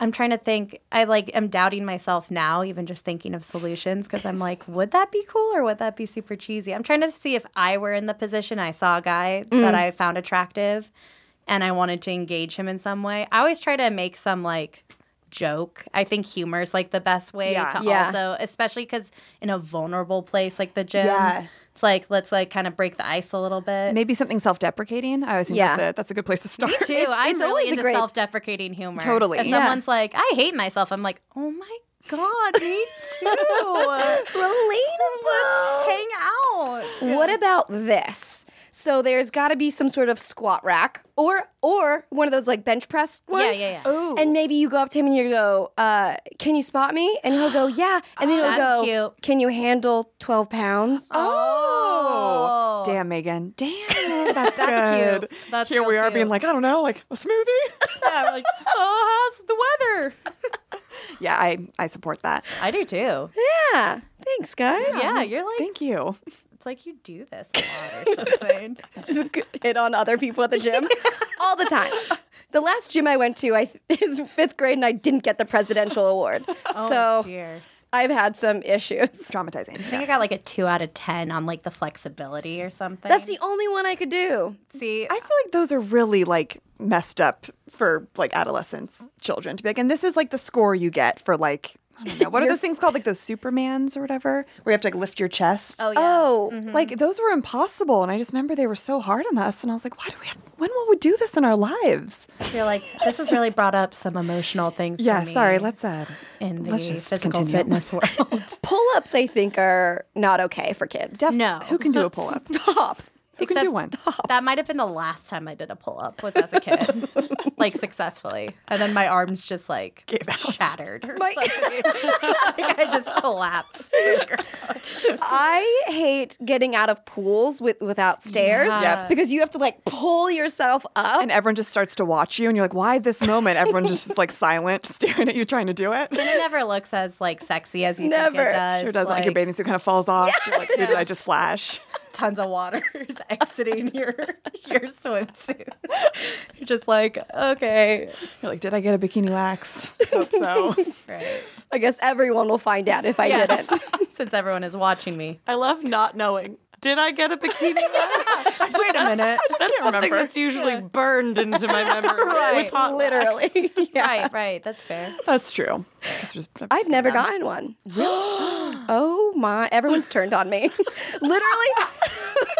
I'm trying to think. I like am doubting myself now, even just thinking of solutions because I'm like, would that be cool or would that be super cheesy? I'm trying to see if I were in the position I saw a guy
Mm.
that I found attractive and I wanted to engage him in some way. I always try to make some like joke. I think humor is like the best way
Yeah.
to
Yeah.
also, especially because in a vulnerable place like the gym,
Yeah.
it's like let's like kind of break the ice a little bit.
Maybe something self-deprecating. I always think
Yeah.
that's a that's a good place to start.
too.
it's-
I'm
it's
really
always a
into
great-
self-deprecating humor.
Totally.
If
Yeah.
someone's like, "I hate myself," I'm like, "Oh my god, me too."
Relatable.
Hang out.
What about this? So there's got to be some sort of squat rack or or one of those like bench press ones.
yeah, yeah.
Ooh. And maybe you go up to him and you go, uh, "Can you spot me?" And he'll go, "Yeah." And then he'll
Oh, That's
go,
cute.
"Can you handle 12 pounds?"
Oh, damn, Megan, damn, that's,
That's
good.
cute. That's
Here
real
we are
cute.
being like, I don't know, like a smoothie.
Yeah, I'm like, "Oh, how's the weather?"
yeah, I I support that.
I do too.
Yeah. Thanks, guys.
Yeah, you're like,
Thank you.
it's like you do this a lot or something.
just hit on other people at the gym all the time. The last gym I went to, I is fifth grade, and I didn't get the presidential award. so
Oh, dear.
I've had some issues.
Traumatizing.
I think I got like a two out of ten on like the flexibility or something.
That's the only one I could do.
see.
I feel like those are really like messed up for like adolescents, children to be like, and this is like the score you get for like, I don't know, what are those things called? Like those Supermans or whatever, where you have to like lift your chest.
oh yeah.
Oh,
Like those were impossible. And I just remember they were so hard on us. And I was like, why do we have, when will we do this in our lives?
You're like this has really brought up some emotional things.
Yeah,
for me
sorry. Let's, uh,
in the
let's just
physical
continue.
fitness world.
pull-ups I think are not okay for kids.
Def-
No.
Who can do a pull up?
Stop.
Who can do one?
that might have been the last time I did a pull up was as a kid, like successfully, and then my arms just like shattered or something. like I just collapsed. to the ground.
I hate getting out of pools with without stairs
Yep.
because you have to like pull yourself up.
And everyone just starts to watch you, and you're like, "Why this moment?" Everyone just is like silent, staring at you, trying to do it.
And it never looks as like sexy as you think
Never.
it does.
Sure doesn't like, your bathing suit kind of falls off. You're like, who did I just slash?
tons of water is exiting your your swimsuit. You're just like, okay.
You're like, did I get a bikini wax? Hope so.
Right.
I guess everyone will find out if I
Yes.
didn't.
Since everyone is watching me.
I love not knowing. Did I get a bikini?
Wait a minute.
that's something that's usually burned into my memory with hot
Literally. yeah.
Right, right. That's fair.
That's true. It's just-
I've never gotten one. oh my! Everyone's turned on me. Literally,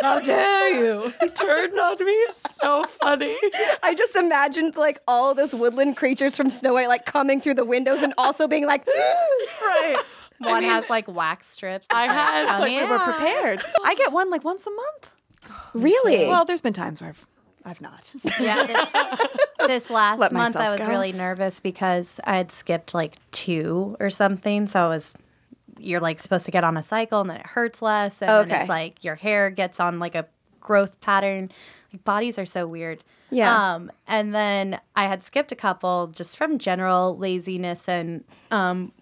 How dare you?
turned on me. It's so funny.
I just imagined like all those woodland creatures from Snow White like coming through the windows and also being like,
Right.
One has like wax strips.
I had
we
we're prepared. I get one like once a month.
really?
Well, there's been times where I've, I've not.
Yeah, this, this last
Let
month I
myself
was
go.
really nervous because I had skipped like two or something. So I was, you're like supposed to get on a cycle and then it hurts less. And then
Okay.
it's like your hair gets on like a growth pattern. Like bodies are so weird.
Yeah.
Um, and then I had skipped a couple just from general laziness and um,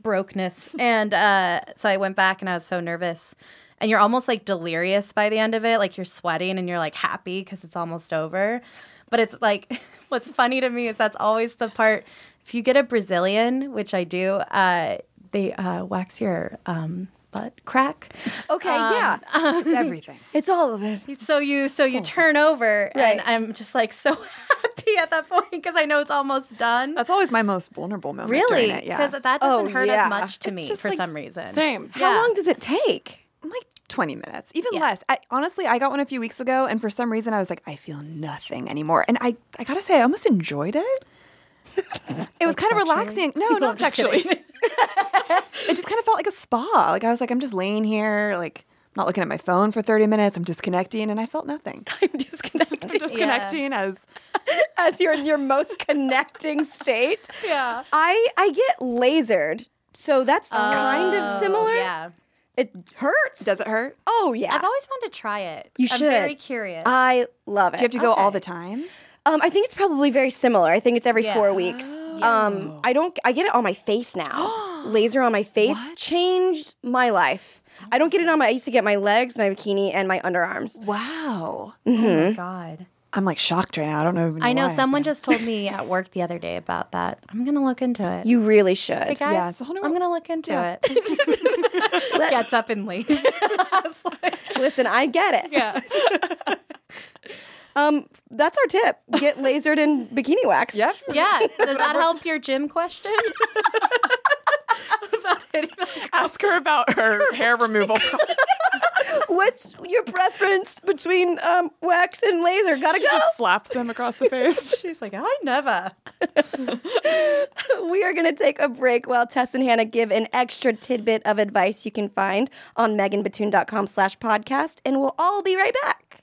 brokeness. And uh, so I went back and I was so nervous. And you're almost like delirious by the end of it. Like you're sweating and you're like happy because it's almost over. But it's like, what's funny to me is that's always the part. If you get a Brazilian, which I do, uh, they uh, wax your um, butt crack.
okay, yeah.
It's everything.
Um, It's all of it.
So you so you turn over, and
Right.
I'm just like so happy at that point because I know it's almost done.
That's always my most vulnerable moment.
really
During it, yeah.
because that doesn't
Oh,
hurt
yeah.
as much to
It's
me
just
for
like-
some reason.
Same.
How long does it take?
like 20 minutes, even
Yeah.
less. I, honestly, I got one a few weeks ago, and for some reason, I was like, I feel nothing anymore. And I, I gotta say, I almost enjoyed it. It was kind of relaxing. No, not sexually. it just kind of felt like a spa. Like I was like, I'm just laying here, like not looking at my phone for 30 minutes. I'm disconnecting, and I felt nothing.
I'm disconnecting
I'm disconnecting as
as you're in your most connecting state.
Yeah.
I I get lasered, so
Oh,
that's kind of similar.
Yeah.
It hurts.
does it hurt?
Oh yeah.
I've always wanted to try it.
You
I'm
should.
very curious.
I love it.
Do you have to go all the time?
Um, I think it's probably very similar. I think it's every
Yeah.
four weeks. Um, I don't. I get it on my face now. Laser on my face changed my life. I don't get it on my. I used to get my legs, my bikini, and my underarms.
Wow. Mm-hmm.
oh my god.
I'm like shocked right now. I don't know. Even
I know
why.
someone just told me at work the other day about that. I'm gonna look into it.
You really should.
Hey, guys,
Yeah, it's a whole new
I'm
world.
gonna look into it. Gets up and leaves. It's like-
Listen, I get it.
yeah.
Um, that's our tip: get lasered and bikini wax.
Yep.
Yeah. Does that help your gym question? About it.
Ask her about her hair removal. process.
What's your preference between um, wax and laser? Gotta
She just slaps him across the face.
She's like, I never.
go. We are gonna take a break while Tess and Hannah give an extra tidbit of advice you can find on meganbatoon.com/podcast, and we'll all be right back.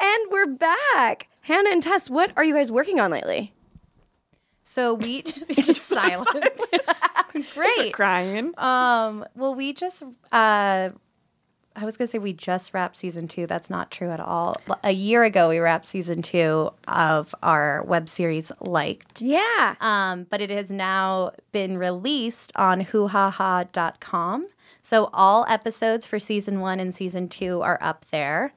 And we're back. Hannah and Tess, what are you guys working on lately?
So we just silence. Great.
Crying.
Um, well, we just, uh, I was going to say we just wrapped season two. That's not true at all. L- A year ago, we wrapped season two of our web series Liked.
Yeah.
Um, but it has now been released on whohaha.com. So all episodes for season one and season two are up there.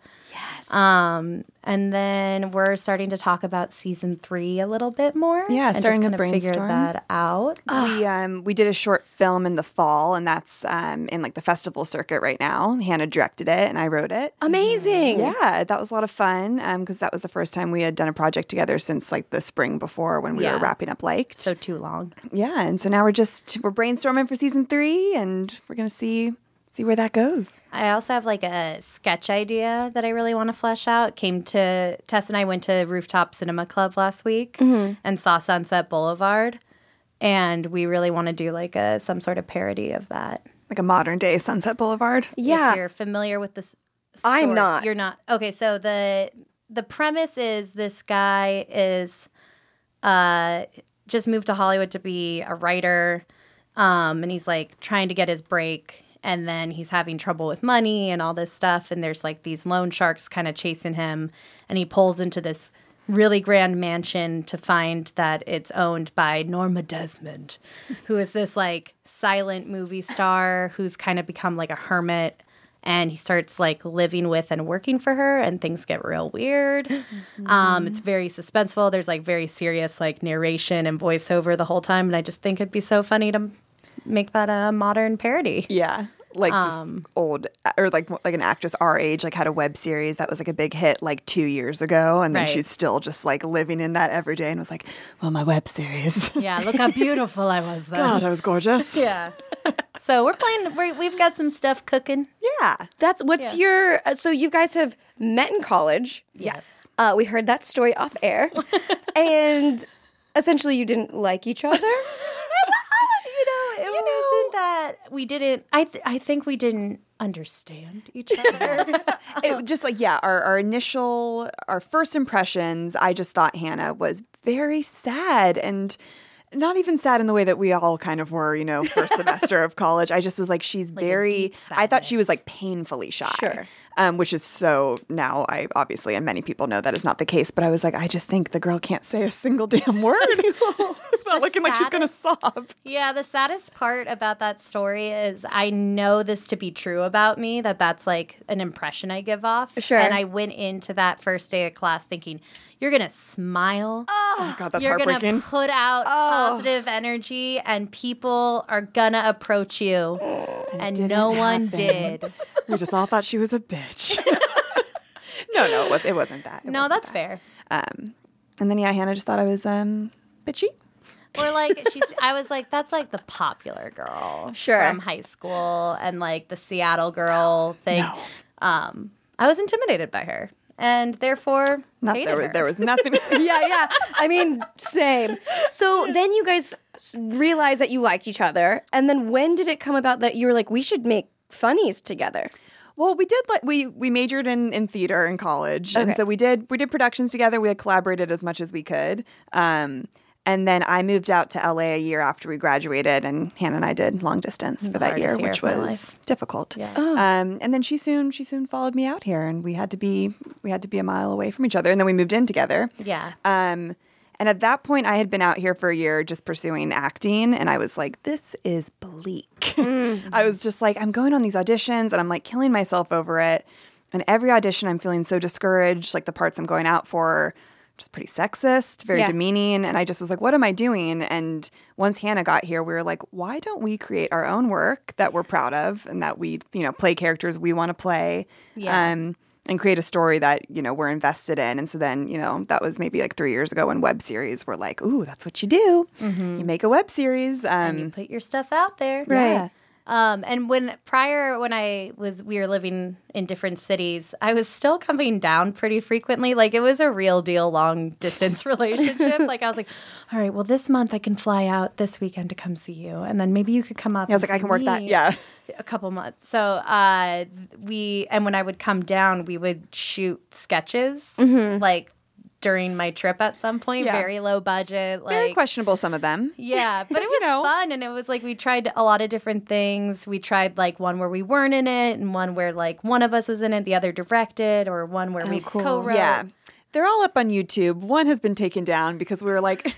Yes. Um, and then we're starting to talk about season three a little bit more.
Yeah,
and
starting to
just kinda figure
brainstorm.
that out.
we um we did a short film in the fall, and that's um in like the festival circuit right now. Hannah directed it, and I wrote it.
Amazing.
Yeah, that was a lot of fun because that was the first time we had done a project together since like the spring before when we
Yeah.
were wrapping up Liked.
So too long.
yeah, and so now we're just we're brainstorming for season three, and we're gonna see see where that goes.
I also have like a sketch idea that I really want to flesh out. Came to Tess and I went to Rooftop Cinema Club last week and saw Sunset Boulevard, and we really want to do like a some sort of parody of that.
Like a modern day Sunset Boulevard.
Yeah.
if you're familiar with this.
I'm
story-
not.
You're not. Okay, so the the premise is this guy is uh just moved to Hollywood to be a writer um and he's like trying to get his break and then he's having trouble with money and all this stuff and there's like these loan sharks kind of chasing him and he pulls into this really grand mansion to find that it's owned by Norma Desmond who is this like silent movie star who's kind of become like a hermit and he starts like living with and working for her and things get real weird um, it's very suspenseful there's like very serious like narration and voiceover the whole time and i just think it'd be so funny to make that a modern parody
Yeah. Like
Um,
this old, or like like an actress our age, like had a web series that was like a big hit like two years ago, and then
Right.
she's still just like living in that every day, and was like, "Well, my web series,
yeah look how beautiful i was then
God, I was gorgeous."
yeah so we're playing we we've got some stuff cooking
yeah,
That's what's your. uh, So you guys have met in college.
yes
Uh, we heard that story off air, and essentially you didn't like each other.
you know, it wasn't that we didn't. I th- I think we didn't understand each other.
it just like yeah our, our initial our first impressions i just thought hannah was very sad and not even sad in the way that we all kind of were you know first semester of college i just was like she's very
deep
i thought she was like painfully shy
Sure.
um, which is so now i obviously and many people know that is not the case but i was like i just think the girl can't say a single damn word Felt looking like she's gonna sob
Yeah, the saddest part about that story is I know this to be true about me, that that's like an impression I give off.
Sure.
And I went into that first day of class thinking, you're going to smile.
oh god that's
you're
heartbreaking
to put out positive energy, and people are going to approach you.
Oh.
and no one did.
we just all thought she was a bitch no no it, was, it wasn't that It
No,
wasn't
that's
that.
fair.
Um, and then yeah, Hannah just thought I was um bitchy.
Or like she's I was like, that's like the popular girl
Sure.
from high school and like the Seattle girl thing. Um I was intimidated by her and therefore
Not
hated
there was
her.
there was nothing.
yeah, yeah. I mean, same. So then you guys s- realized that you liked each other, and then when did it come about that you were like, we should make funnies together?
well, we did like we we majored in in theater in college, and so we did we did productions together. We had collaborated as much as we could. Um, And then I moved out to LA a year after we graduated, and Hannah and I did long distance for that year,
hardest year
which
of my
was
life.
difficult. Um, and then she soon she soon followed me out here, and we had to be we had to be a mile away from each other, and then we moved in together.
Yeah.
Um, and at that point, I had been out here for a year just pursuing acting, and I was like, this is bleak.
Mm-hmm.
I was just like, I'm going on these auditions, and I'm like killing myself over it. And every audition, I'm feeling so discouraged. Like the parts I'm going out for, are just pretty sexist, very
Yeah.
demeaning. And I just was like, what am I doing? And once Hannah got here, we were like, why don't we create our own work that we're proud of and that we, you know, play characters we want to play?
Yeah.
um, and create a story that you know we're invested in. And so then you know that was maybe like three years ago when web series were like, ooh, that's what you do. You make a web series. Um,
Mm-hmm. you put your stuff out there.
yeah.
Um, and when prior, when I was, we were living in different cities, I was still coming down pretty frequently. Like it was a real deal long distance relationship. like I was like, all right, well, this month I can fly out this weekend to come see you. And then maybe you could come up.
I was
and
like, I
see
can work that.
me
Yeah.
a couple months. So uh, we and when I would come down, we would shoot sketches like during my trip at some point.
Mm-hmm. Yeah.
Very low budget, like
Very questionable. Some of them.
yeah, but it
You
was
know.
fun, and it was like we tried a lot of different things. We tried like one where we weren't in it, and one where like one of us was in it, the other directed, or one where we co-wrote.
Oh, Yeah. They're all up on YouTube. One has been taken down because we were like.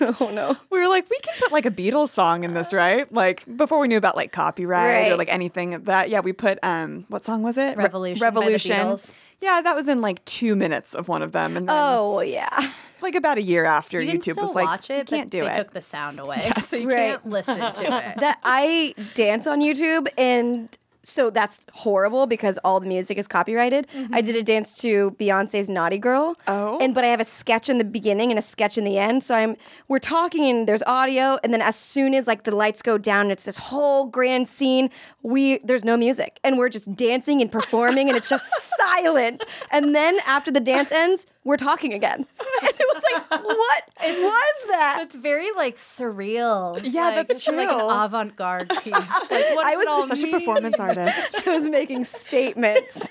oh no. We were like, we can put like a Beatles song in this, right? Like before we knew about like copyright or
Right.
like anything of that. Yeah, we put um what song was it? Re-
Revolution by the
Revolution.
Beatles.
Yeah, that was in like two minutes of one of them. And then,
Oh yeah.
like about a year after
You can
YouTube
still
was like,
watch it,
you can't
but
do
they
it.
took the sound away, so you
Right.
can't listen to it.
that I dance on YouTube and so that's horrible because all the music is copyrighted. I did a dance to Beyonce's Naughty Girl.
Oh.
And but I have a sketch in the beginning and a sketch in the end. So I'm we're talking and there's audio and then as soon as like the lights go down it's this whole grand scene, we there's no music and we're just dancing and performing and it's just silent. And then after the dance ends, we're talking again. And it was like, what was that?
It's very like surreal.
Yeah,
Like,
that's
it's Like an
true.
avant-garde piece. Like, what
I
does it
was
all
such
mean?
a performance artist.
I was making statements.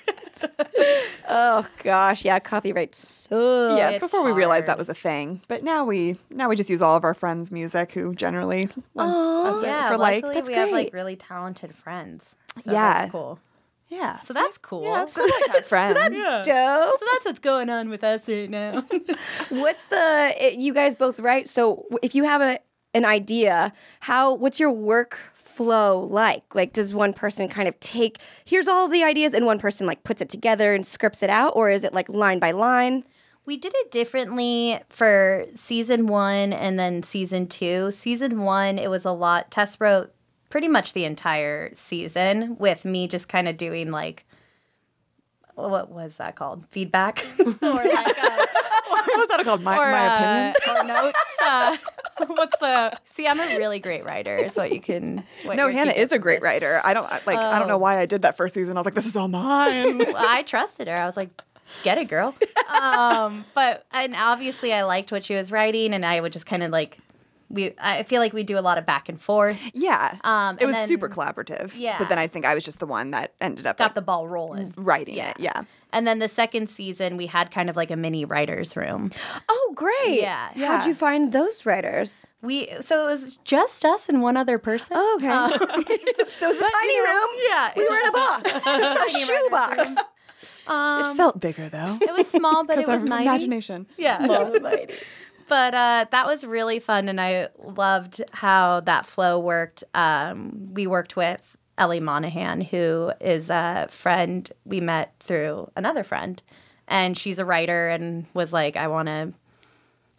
oh gosh, yeah, copyright sucks.
yeah,
it's
before we realized that was
hard.
a thing, but now we now we just use all of our friends' music, who generally lends us it
Yeah,
for like
luckily we have like really talented friends. So
Yeah.
that's cool.
yeah.
So that's cool.
yeah, it's cool to have friends.
Dope.
so that's what's going on with us right now.
What's the it, you guys both write? So w- if you have a an idea, how what's your work flow like? Like does one person kind of take here's all the ideas and one person like puts it together and scripts it out or is it like line by line?
We did it differently for season one and then season two. Season one, it was a lot. Tess wrote pretty much the entire season with me just kind of doing like, what was that called? Feedback? or like, uh,
What's that called? My,
or,
my
uh,
opinion.
or notes? Uh, what's the. See, I'm a really great writer, is what you can. What
No,
your Oh.
Hannah
teacher
is a great writer. I don't I- like. I don't know why I did that first season. I was like, this is all mine.
Mm, Well, I trusted her. I was like, get it, girl. Um, but and obviously, I liked what she was writing, and I would just kind of like we. I feel like we do a lot of back and forth.
yeah,
Um,
it
and
was
then-
super collaborative.
Yeah.
but then I think I was just the one that ended up
Got
like,
the ball rolling.
writing it. Yeah,
And then the second season, we had kind of like a mini writers' room.
Oh great.
Yeah.
How'd you find those writers?
We so it was just us and one other person.
Oh, okay. so it's a tiny room.
yeah,
We were in a box. a
Tiny
shoe box.
writers' room. Um,
it felt bigger though
it was small, but it
because
was
our
mighty.
imagination.
Yeah. but uh, that was really fun, and I loved how that flow worked. Um, we worked with Ellie Monahan, who is a friend we met through another friend, and she's a writer and was like, I want to.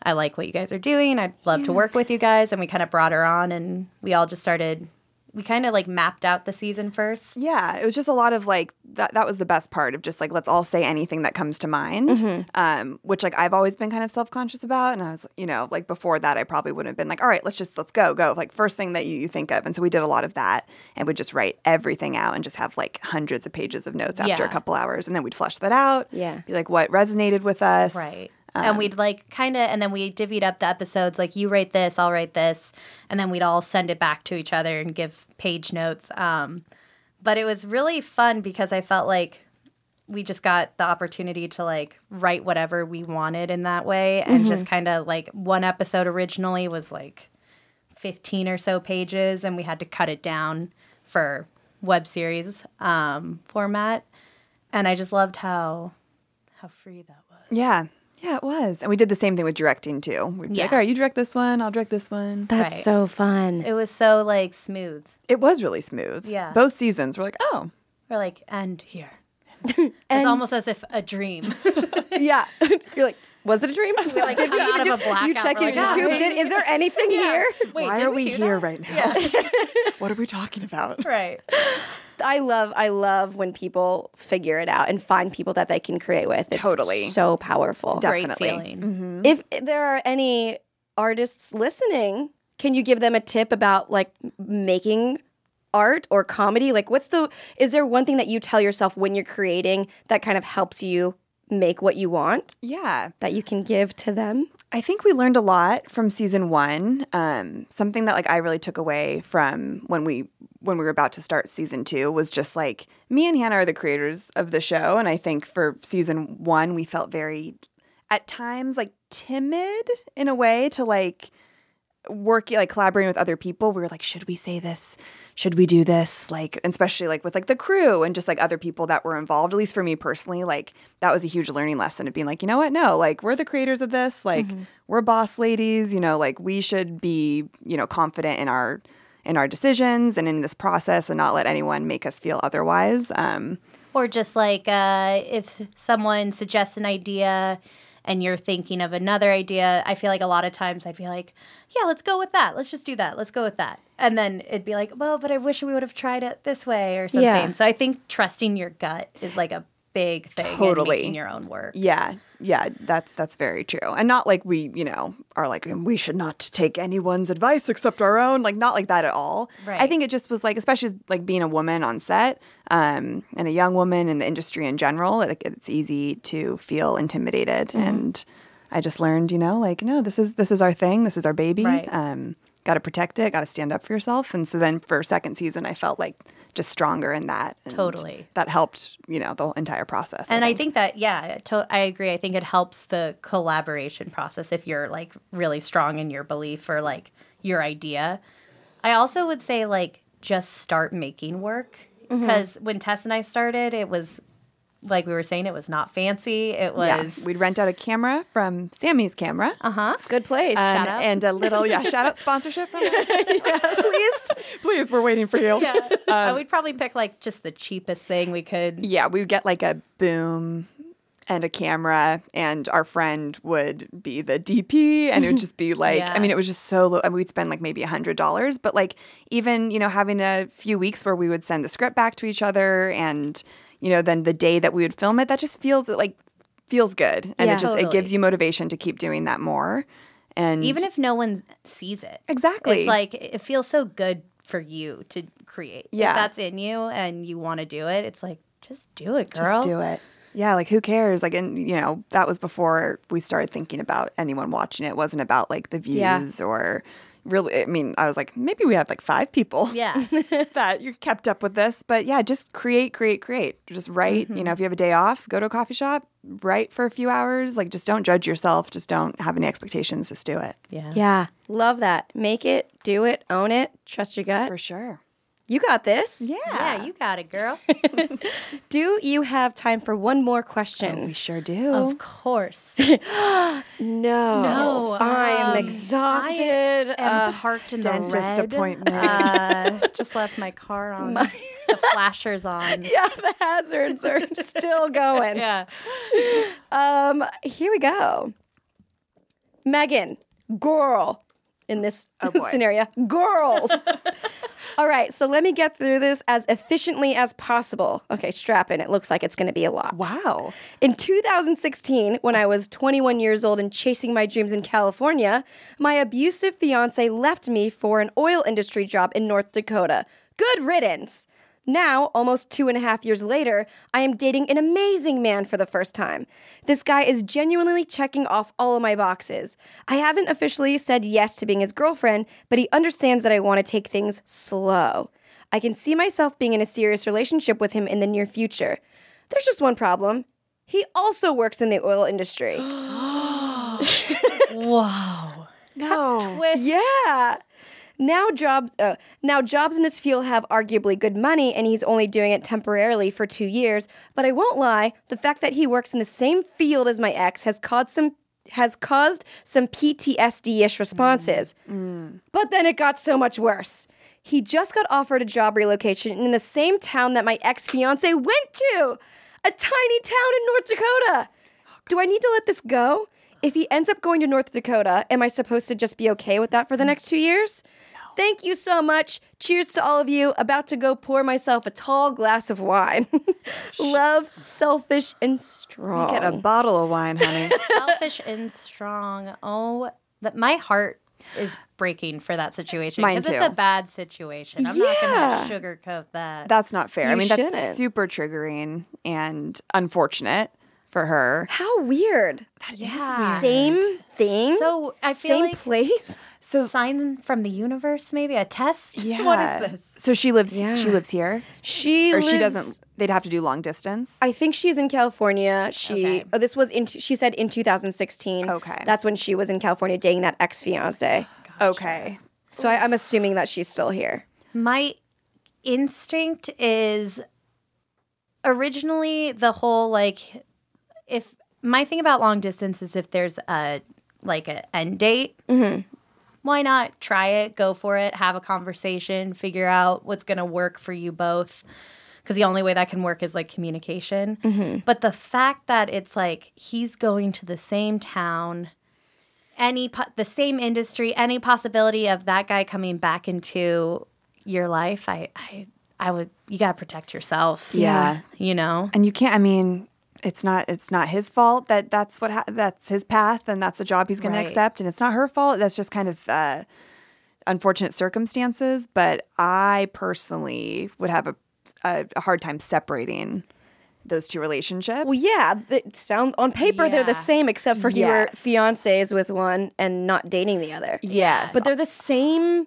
I like what you guys are doing. I'd love to work with you guys. And we kind of brought her on and we all just started, we kind of like mapped out the season first.
Yeah, it was just a lot of like that. That was the best part of just like let's all say anything that comes to mind,
Mm-hmm.
um, which like I've always been kind of self conscious about, and I was you know like before that I probably would not have been like all right let's just let's go go like first thing that you, you think of, and so we did a lot of that and would just write everything out and just have like hundreds of pages of notes after a
Yeah.
couple hours, and then we'd flesh that out,
Yeah.
be like what resonated with us,
Right. and we'd like kind of, and then we divvied up the episodes like, you write this, I'll write this. And then we'd all send it back to each other and give page notes. Um, but it was really fun because I felt like we just got the opportunity to like write whatever we wanted in that way and just kind of like one episode originally was like 15 or so pages and we had to cut it down for web series um, format and i just loved how how free that was
Yeah. Yeah, it was. And we did the same thing with directing too. We'd be like,
Yeah.
all right, you direct this one, I'll direct this one.
That's
Right.
so fun.
it was so like smooth
It was really smooth.
Yeah.
Both seasons were like, oh,
we're like and here it's almost as if a dream
yeah. You're like, was it a dream?
like, come out of a blackout.
you check
We're
your
like,
YouTube. Did, is there anything here?
wait
why
did
are we,
we do
here
that?
right now? what are we talking about?
right
I love I love when people figure it out and find people that they can create with. It's
Totally.
so powerful.
Definitely.
great feeling
If there are any artists listening, can you give them a tip about like making art or comedy? Like what's the is there one thing that you tell yourself when you're creating that kind of helps you make what you want
Yeah.
that you can give to them?
I think we learned a lot from season one. Um, something that like I really took away from when we when we were about to start season two was just like me and Hannah are the creators of the show, and I think for season one we felt very at times like timid in a way to like working like collaborating with other people we were like should we say this should we do this like and especially like with like the crew and just like other people that were involved at least for me personally like that was a huge learning lesson of being like you know what no like we're the creators of this like we're boss ladies you know like we should be you know confident in our in our decisions and in this process and not let anyone make us feel otherwise um
Or just like uh, if someone suggests an idea and you're thinking of another idea, I feel like a lot of times I'd be like, yeah, let's go with that. Let's just do that. Let's go with that. And then it'd be like, well, but I wish we would have tried it this way or something.
Yeah.
So I think trusting your gut is like a big thing.
Totally.
Totally. making your own work.
Yeah, yeah, that's that's very true, and not like we, you know, are like we should not take anyone's advice except our own. Like not like that at all. I
Right.
think it just was like, especially as, like being a woman on set, um, and a young woman in the industry in general. Like it's easy to feel intimidated,
Mm-hmm.
and I just learned, you know, like no, this is this is our thing. This is our baby.
Right.
Um, got to protect it. Got to stand up for yourself. And so then for second season, I felt like just stronger in that. and
Totally.
That helped, you know, the entire process.
And I think that, yeah, to- I agree. I think it helps the collaboration process if you're like really strong in your belief or like your idea. I also would say, like, just start making work.
Mm-hmm.
Because when Tess and I started, it was like we were saying, it was not fancy. It was
Yeah, we'd rent out a camera from Sammy's camera. Uh-huh.
Good place.
And,
Shout out.
and a little, yeah, shout out sponsorship from Please, please, we're waiting for you. Yeah.
yeah. I would probably pick like just the cheapest thing we could.
we would get like a boom and a camera, and our friend would be the DP, and it would just be like, I
Yeah.
mean, it was just so low. I mean, we'd spend like maybe a $100, but like even, you know, having a few weeks where we would send the script back to each other, and, you know, then the day that we would film it, that just feels like, feels good. And
Yeah.
it just, it gives
Totally.
you motivation to keep doing that more. And
Even if no one sees it.
Exactly.
It's like it feels so good for you to create.
Yeah.
If that's in you and you want to do it, it's like just do it, girl.
Just do it. Yeah, like who cares? Like, and you know, that was before we started thinking about anyone watching it. It wasn't about like the
Yeah.
views or really. I mean, I was like, maybe we had like five people
Yeah.
that you kept up with this, but yeah, just create, create, create. Just write. You
Mm-hmm.
know, if you have a day off, go to a coffee shop, write for a few hours. Like, just don't judge yourself. Just don't have any expectations. Just do it
Yeah.
yeah. Love that. Make it, do it, own it, trust your gut.
for sure.
You got this.
Yeah,
Yeah, you got it, girl.
Do you have time for one more question?
Oh, we sure do.
of course.
No.
No,
I'm
um,
exhausted. Uh,
Uh,
And parked in
dentist
the red.
appointment.
Uh, just left my car on. the flashers on.
yeah, the hazards are still going.
Yeah.
Um, here we go. Megan, girl, in this
boy.
scenario, girls. All right, so let me get through this as efficiently as possible. Okay, strap in. It looks like it's going to be a lot.
wow.
In 2016, when I was 21 years old and chasing my dreams in California, my abusive fiance left me for an oil industry job in North Dakota. Good riddance! Now, almost two and a half years later, I am dating an amazing man for the first time. This guy is genuinely checking off all of my boxes. I haven't officially said yes to being his girlfriend, but he understands that I want to take things slow. I can see myself being in a serious relationship with him in the near future. There's just one problem. He also works in the oil industry.
No.
Twist.
yeah. Now jobs uh, now jobs in this field have arguably good money and he's only doing it temporarily for 2 years, but I won't lie, the fact that he works in the same field as my ex has caused some has caused some PTSD-ish responses. But then it got so much worse. He just got offered a job relocation in the same town that my ex-fiance went to. A tiny town in North Dakota. Do I need to let this go? If he ends up going to North Dakota, am I supposed to just be okay with that for the next two years? Thank you so much. Cheers to all of you. About to go pour myself a tall glass of wine. Love, selfish, and strong.
Get a bottle of wine, honey.
selfish and strong. Oh, that my heart is breaking for that situation.
Mine
If
too.
it's a bad situation, I'm not going to sugarcoat that.
That's not fair. I
You
mean,
shouldn't.
that's super triggering and unfortunate for her.
How weird.
yeah.
Same thing.
So I feel
same
like
place.
so sign from the universe, maybe a test.
Yeah.
What is this?
Uh, So she lives. She
Yeah.
lives here,
She
or she
lives-
doesn't. They'd have to do long distance.
I think she's in California. She
Okay.
oh, this was in t- she said in 2016.
Okay.
That's when she was in California dating that ex fiance.
Okay.
So I, I'm assuming that she's still here.
My instinct is originally the whole like if my thing about long distance is if there's a like a end date,
Mm-hmm.
why not try it, go for it, have a conversation, figure out what's gonna work for you both. Because the only way that can work is like communication.
Mm-hmm.
But the fact that it's like he's going to the same town, any po- the same industry, any possibility of that guy coming back into your life, I, I, I would. You gotta protect yourself.
Yeah.
you know.
And you can't. I mean, it's not. It's not his fault that that's what. Ha- that's his path, and that's the job he's going
Right.
to accept. And it's not her fault. That's just kind of. Uh, unfortunate circumstances but i personally would have a, a, a hard time separating those two relationships
Well, yeah. th- It sound on paper they're the
Yeah.
same, except for you were
Yes.
fiancés with one and not dating the other.
yes
But they're the same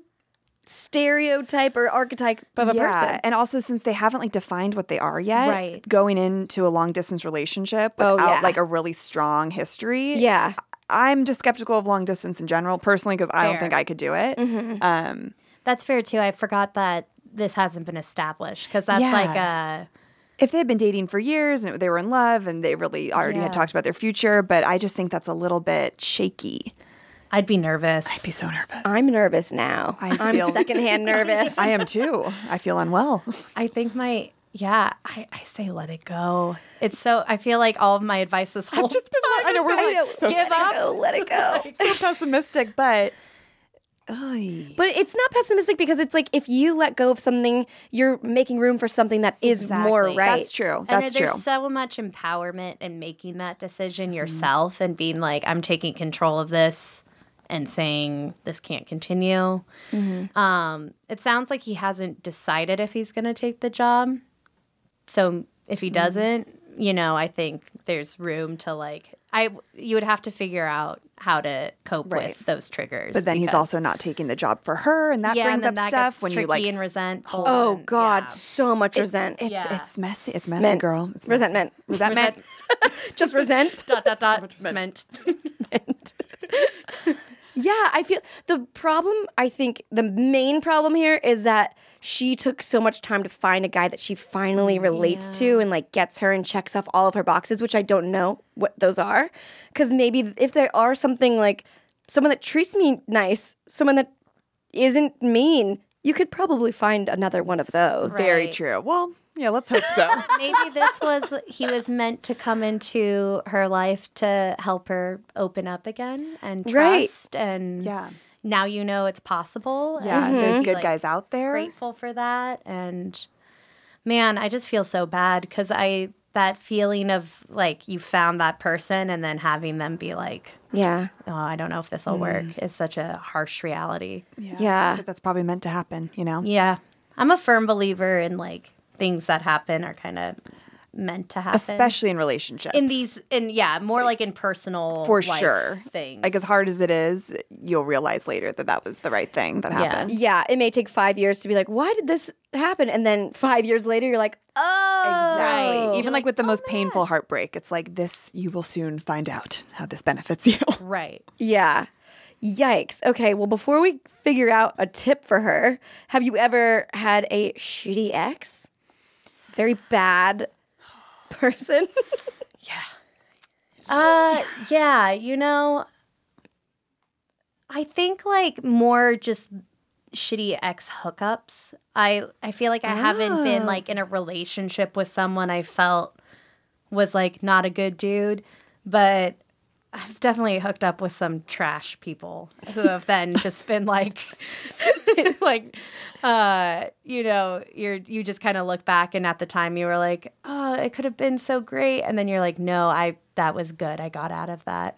stereotype or archetype of a person.
And also since they haven't like defined what they are yet,
Right.
going into a long distance relationship
Oh,
without
yeah.
like a really strong history.
yeah.
I'm just skeptical of long distance in general personally because I don't think I could do it. Um,
That's fair too. I forgot that this hasn't been established because that's
Yeah.
like a
if they had been dating for years and they were in love and they really already had
Yeah.
talked about their future, but I just think that's a little bit shaky.
I'd be nervous.
I'd be so nervous.
I'm nervous now.
I
I'm
feel-
secondhand nervous.
I am too. I feel unwell.
I think my yeah, I, I say let it go. It's so I feel like all of my advice this whole
just been like- I know, we're
time
like,
has
so
been give
Let it
up.
go, let it go.
so pessimistic, but
But it's not pessimistic because it's like if you let go of something, you're making room for something that is more
Exactly.
right.
that's true.
And
That's
there's
true. Mm-hmm.
so much empowerment in making that decision yourself and being like, I'm taking control of this and saying this can't continue.
Mm-hmm.
Um, it sounds like he hasn't decided if he's going to take the job. So if
Mm-hmm.
he doesn't, you know, I think there's room to like, I you would have to figure out how to cope
Right.
with those triggers.
But then he's
because-
also not taking the job for her, and that
yeah,
brings
and then
up
that
stuff
gets
when
tricky
you like.
and resentful.
Oh
and-
God,
yeah.
so much resent.
it's
Yeah.
it's messy. It's messy,
Meant.
girl. It's messy.
resentment.
Resentment.
Just resent.
Dot dot dot meant.
Yeah, I feel the problem. I think the main problem here is that she took so much time to find a guy that she finally
Mm,
relates to and like gets her and checks off all of her boxes, which I don't know what those are. Because maybe if there are something like someone that treats me nice, someone that isn't mean, you could probably find another one of those.
Very
Right.
true. Well, yeah. Let's hope so.
Maybe this was he was meant to come into her life to help her open up again and
Right.
trust and
yeah.
now you know it's possible.
Yeah.
and
There's
be,
good
like,
guys out there.
Grateful for that and man, I just feel so bad cuz I that feeling of like you found that person and then having them be like,
Yeah.
"Oh, I don't know if
Mm.
this will work." is such a harsh reality.
Yeah.
Yeah.
But that's probably meant to happen. You know.
Yeah. I'm a firm believer in like things that happen are kind of meant to happen.
especially in relationships.
in these, in yeah, more like in personal
for
life
sure.
things.
Like as hard as it is, you'll realize later that that was the right thing that
Yeah.
happened.
Yeah, it may take five years to be like, why did this happen? And then five years later, you're like, oh.
Exactly.
Right.
Even like with the most painful heartbreak, it's like this. You will soon find out how this benefits you.
right.
Yeah. Yikes. Okay, well, before we figure out a tip for her, have you ever had a shitty ex? Very bad person?
Uh, yeah, you know, I think like more just shitty ex hookups. I I feel like I haven't been like in a relationship with someone I felt was like not a good dude, but I've definitely hooked up with some trash people who have then just been like like uh you know you're you just kind of look back and at the time you were like oh it could have been so great and then you're like no i that was good i got out of that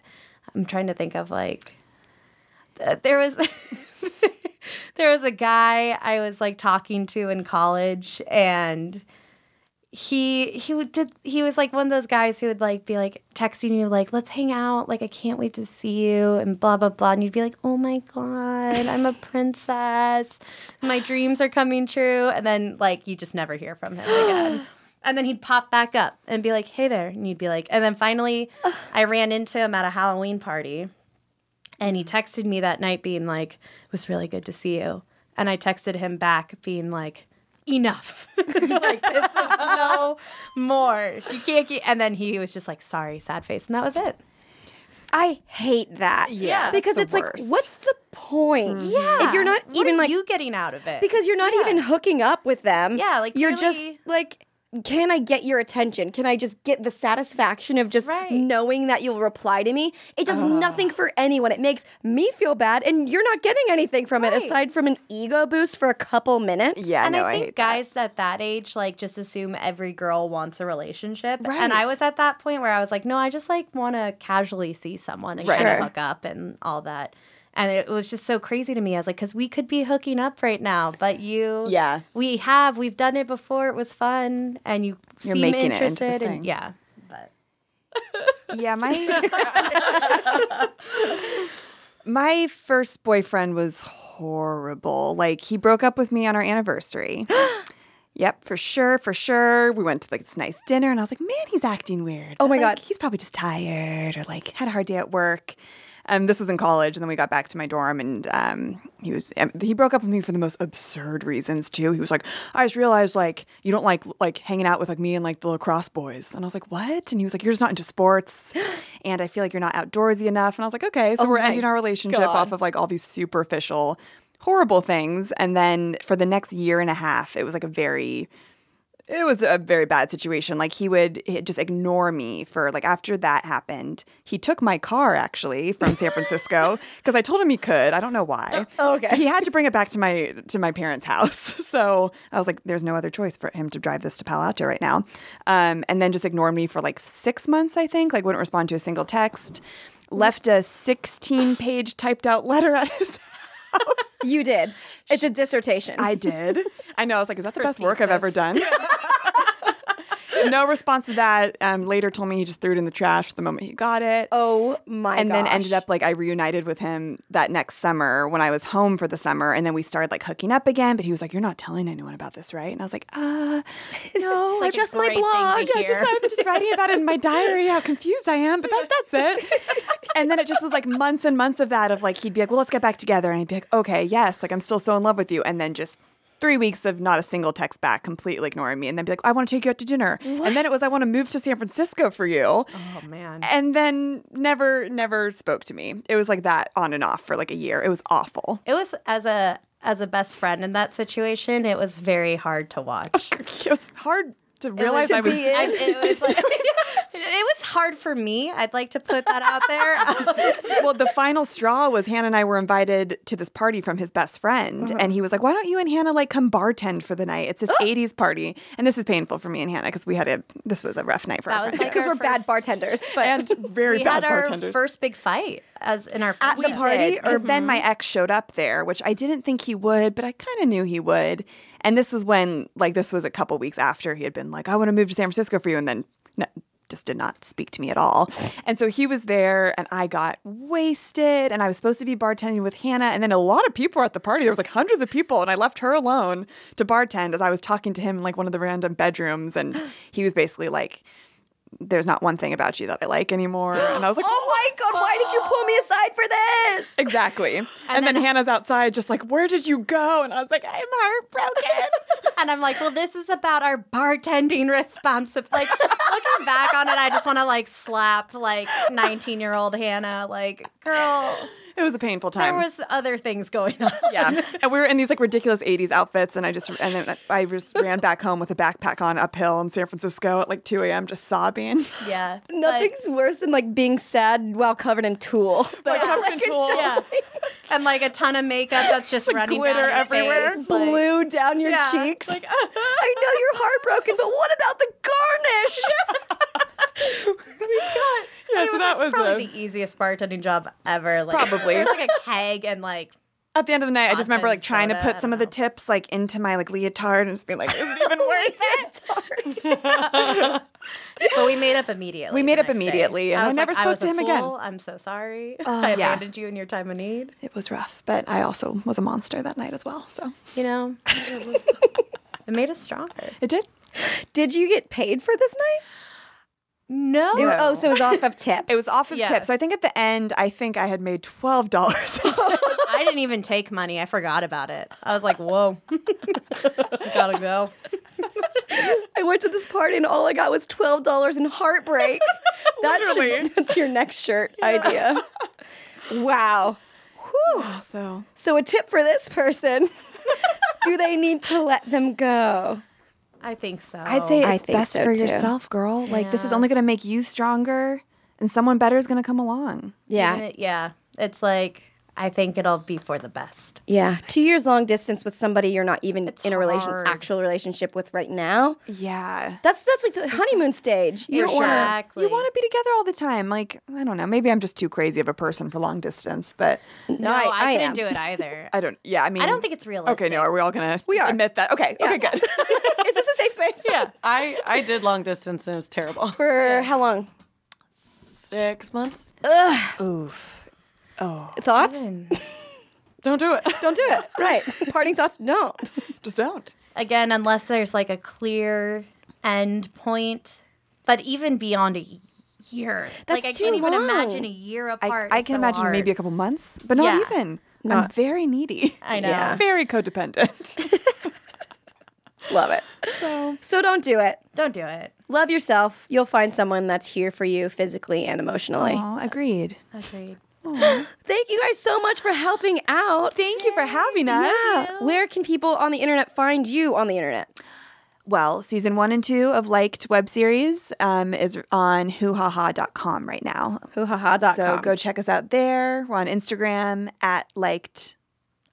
i'm trying to think of like th- there was there was a guy i was like talking to in college and he he would did he was like one of those guys who would like be like texting you like let's hang out like I can't wait to see you and blah blah blah and you'd be like oh my god I'm a princess my dreams are coming true and then like you just never hear from him again and then he'd pop back up and be like hey there and you'd be like and then finally I ran into him at a Halloween party and he texted me that night being like, it was really good to see you. And I texted him back being like, enough. like, this is no more. You can't keep. And then he was just like, sorry, sad face. And that was it.
I hate that.
Yeah,
Because it's
it's the
like,
worst.
what's the point? Yeah. If you're not
Mm-hmm. What
even
are
like,
you getting out of it.
because you're not even hooking up with them.
Yeah, like,
you're just
clearly-
like, can I get your attention? Can I just get the satisfaction of just
Right.
knowing that you'll reply to me? It does nothing for anyone. It makes me feel bad, and you're not getting anything from it aside from an ego boost for a couple minutes.
Yeah,
and
no,
I think
hate that.
guys at that age like just assume every girl wants a relationship.
Right.
And I was at that point where I was like, no, I just like want to casually see someone and kind
Sure.
of hook up and all that. And it was just so crazy to me. I was like, because we could be hooking up right now, but you,
Yeah.
we have, we've done it before. It was fun, and you
You're
seem
making it into
interested,
this
and
thing.
yeah, but
Yeah, my my first boyfriend was horrible. Like he broke up with me on our anniversary. yep, for sure, for sure. We went to like this nice dinner, and I was like, man, he's acting weird.
Oh my God.
Like, he's probably just tired or like had a hard day at work. Um, this was in college, and then we got back to my dorm, and um, he was um, he broke up with me for the most absurd reasons too. He was like, "I just realized like you don't like like hanging out with like me and like the lacrosse boys," and I was like, "What?" And he was like, "You're just not into sports, and I feel like you're not outdoorsy enough." And I was like, "Okay,
Oh
so we're ending our relationship off of like all these superficial, horrible things." And then for the next year and a half, it was like a very it was a very bad situation. Like he would he'd just ignore me for like after that happened. He took my car actually from San Francisco because I told him he could. I don't know why.
Okay.
He had to bring it back to my to my parents' house. So I was like, there's no other choice for him to drive this to Palo Alto right now. Um, and then just ignored me for like six months, I think. Like wouldn't respond to a single text. Left a 16 page typed out letter at his
You did. It's a dissertation.
I did. I know. I was like, is that the best work I've ever done? no response to that. Um, later told me he just threw it in the trash the moment he got it.
oh my
and then ended
gosh.
up like I reunited with him that next summer when I was home for the summer, and then we started like hooking up again. But he was like, "You're not telling anyone about this, right?" And I was like, "Uh, no, I just my
great thing
blog.
to
I just
hear.
I'm just writing about it in my diary. How confused I am, but that, that's it." And then it just was like months and months of that. Of like he'd be like, "Well, let's get back together," and I'd be like, "Okay, yes, like I'm still so in love with you," and then just. Three weeks of not a single text back, completely ignoring me, and then be like, "I want to take you out to dinner," and then it was, "I want to move to San Francisco for you."
oh man,
and then never never spoke to me it was like that on and off for like a year it was awful
it was as a as a best friend in that situation. It was very hard to watch.
it was hard to realize i was
I, it was like, It was hard for me. I'd like to put that out there.
well, the final straw was Hannah and I were invited to this party from his best friend,
Uh-huh.
and he was like, "Why don't you and Hannah like come bartend for the night? It's this '80s party." And this is painful for me and Hannah because we had a this was a rough night for
That
our
was
friendship.
like
because
our
we're bad
first-
bartenders. But
and very
we
bad
had our
bartenders.
first big fight as in our
at
we
the
did. Mm-hmm.
party because then my ex showed up there which i didn't think he would but i kind of knew he would and this was when like this was a couple weeks after he had been like i want to move to san francisco for you and then no, just did not speak to me at all and so he was there and i got wasted and i was supposed to be bartending with hannah and then a lot of people were at the party there was like hundreds of people and i left her alone to bartend as i was talking to him in like one of the random bedrooms and he was basically like there's not one thing about you that i like anymore and i was like
oh my god, why did you pull me aside for this?
Exactly. And, then, Hannah's outside, just like, where did you go? And I was like, I'm heartbroken.
And I'm like, well, this is about our bartending responsibility. Like, looking back on it, I just want to like slap like 19 year old Hannah. Like, girl,
it was a painful
there
time.
was other things going on.
yeah. And we were in these like ridiculous 80s outfits. And I just, and then I just ran back home with a backpack on uphill in San Francisco at like 2 a.m., just sobbing.
Yeah. but-
Nothing's worse than like being sad while covered in tulle. Like,
covered in
it's
tulle.
just,
Yeah. And like a ton of makeup that's just running
glitter
down your
everywhere.
face, like-
Blue down your
Yeah.
cheeks. I know you're heartbroken, but what about the garnish?
Yeah,
It
so
was,
that
like,
was
probably
a,
the easiest bartending job ever. Like,
Probably.
there's, like a keg and like
at the end of the night. I just remember
Vodka
like trying to
soda, I
put some
don't
of the
know.
tips like into my like leotard and just being like, is it even worth it?
But we made up immediately.
We made
the
up
next day.
immediately, and I
was
never
like,
spoke
was
to
a
him again. Oh,
fool. I'm so sorry. I
yeah.
abandoned you in your time of need.
It was rough, but I also was a monster that night as well. So
You know, it made us stronger.
it did.
Did you get paid for this night?
No,
It- Oh, so it was off of tips.
It was off of
Yeah.
tips. So I think at the end, I think I had made twelve dollars.
I didn't even take money. I forgot about it. I was like, whoa, gotta go.
I went to this party and all I got was twelve dollars in heartbreak. that
Literally.
should, that's your next shirt idea. Wow.
so
So a tip for this person: Do they need to let them go?
I think so.
I'd say
I
it's
think
best
so,
for
too.
yourself, girl. Like this is
Yeah.
only going to make you stronger, and someone better is going to come along.
Yeah.
Even it- yeah. It's like I think it'll be for the best.
Yeah, two years long distance with somebody you're not even in a relation,
hard.
actual relationship with right now.
Yeah.
That's that's like the honeymoon stage. You
For
don't
sure.
want
Exactly.
You want to be together all the time. Like I don't know. Maybe I'm just too crazy of a person for long distance, but
No, I,
I
couldn't
am.
do it either.
I don't. Yeah, I mean,
I don't think it's
Okay,
realistic.
no, are we all gonna we
are.
admit that? Okay, okay, good.
to. Is this a safe space? Yeah.
I I did long distance and it was terrible.
For how long?
Six months.
Thoughts?
Don't do it.
Don't do it. Right. Parting thoughts? Don't.
just don't.
again, unless there's like a clear end point. But even beyond a y- year,
That's
like I
too
can't even
long.
imagine a year
I,
apart.
I
is
can
so
imagine
hard.
maybe a couple months, but not
Yeah.
even. I'm very needy.
I know.
Yeah.
Very codependent.
Love it. So don't do it.
Don't do it.
Love yourself. You'll find someone that's here for you physically and emotionally.
oh, agreed.
Agreed.
Thank you guys so much for helping out.
Thank you for having us.
Yeah. Where can people on the internet find you on the internet?
Well, season one and two of Liked web series um, is on whohaha.com right now.
Hoohaha.com.
So go check us out there. We're on Instagram at liked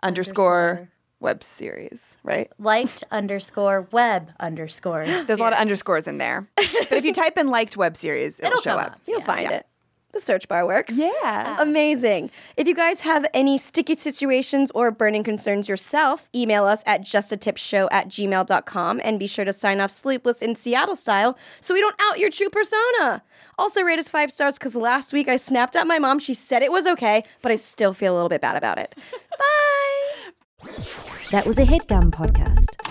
underscore web series, right?
Liked underscore web underscore.
There's a lot of underscores in there. But if you type in liked web series, it'll,
It'll
show
come
up.
up.
You'll find it. The search bar works.
Yeah.
Amazing. If you guys have any sticky situations or burning concerns yourself, email us at justatipshow at gmail.com and be sure to sign off sleepless in Seattle style so we don't out your true persona. Also, rate us five stars because last week I snapped at my mom. She said it was okay, but I still feel a little bit bad about it. Bye.
That was a headgum podcast.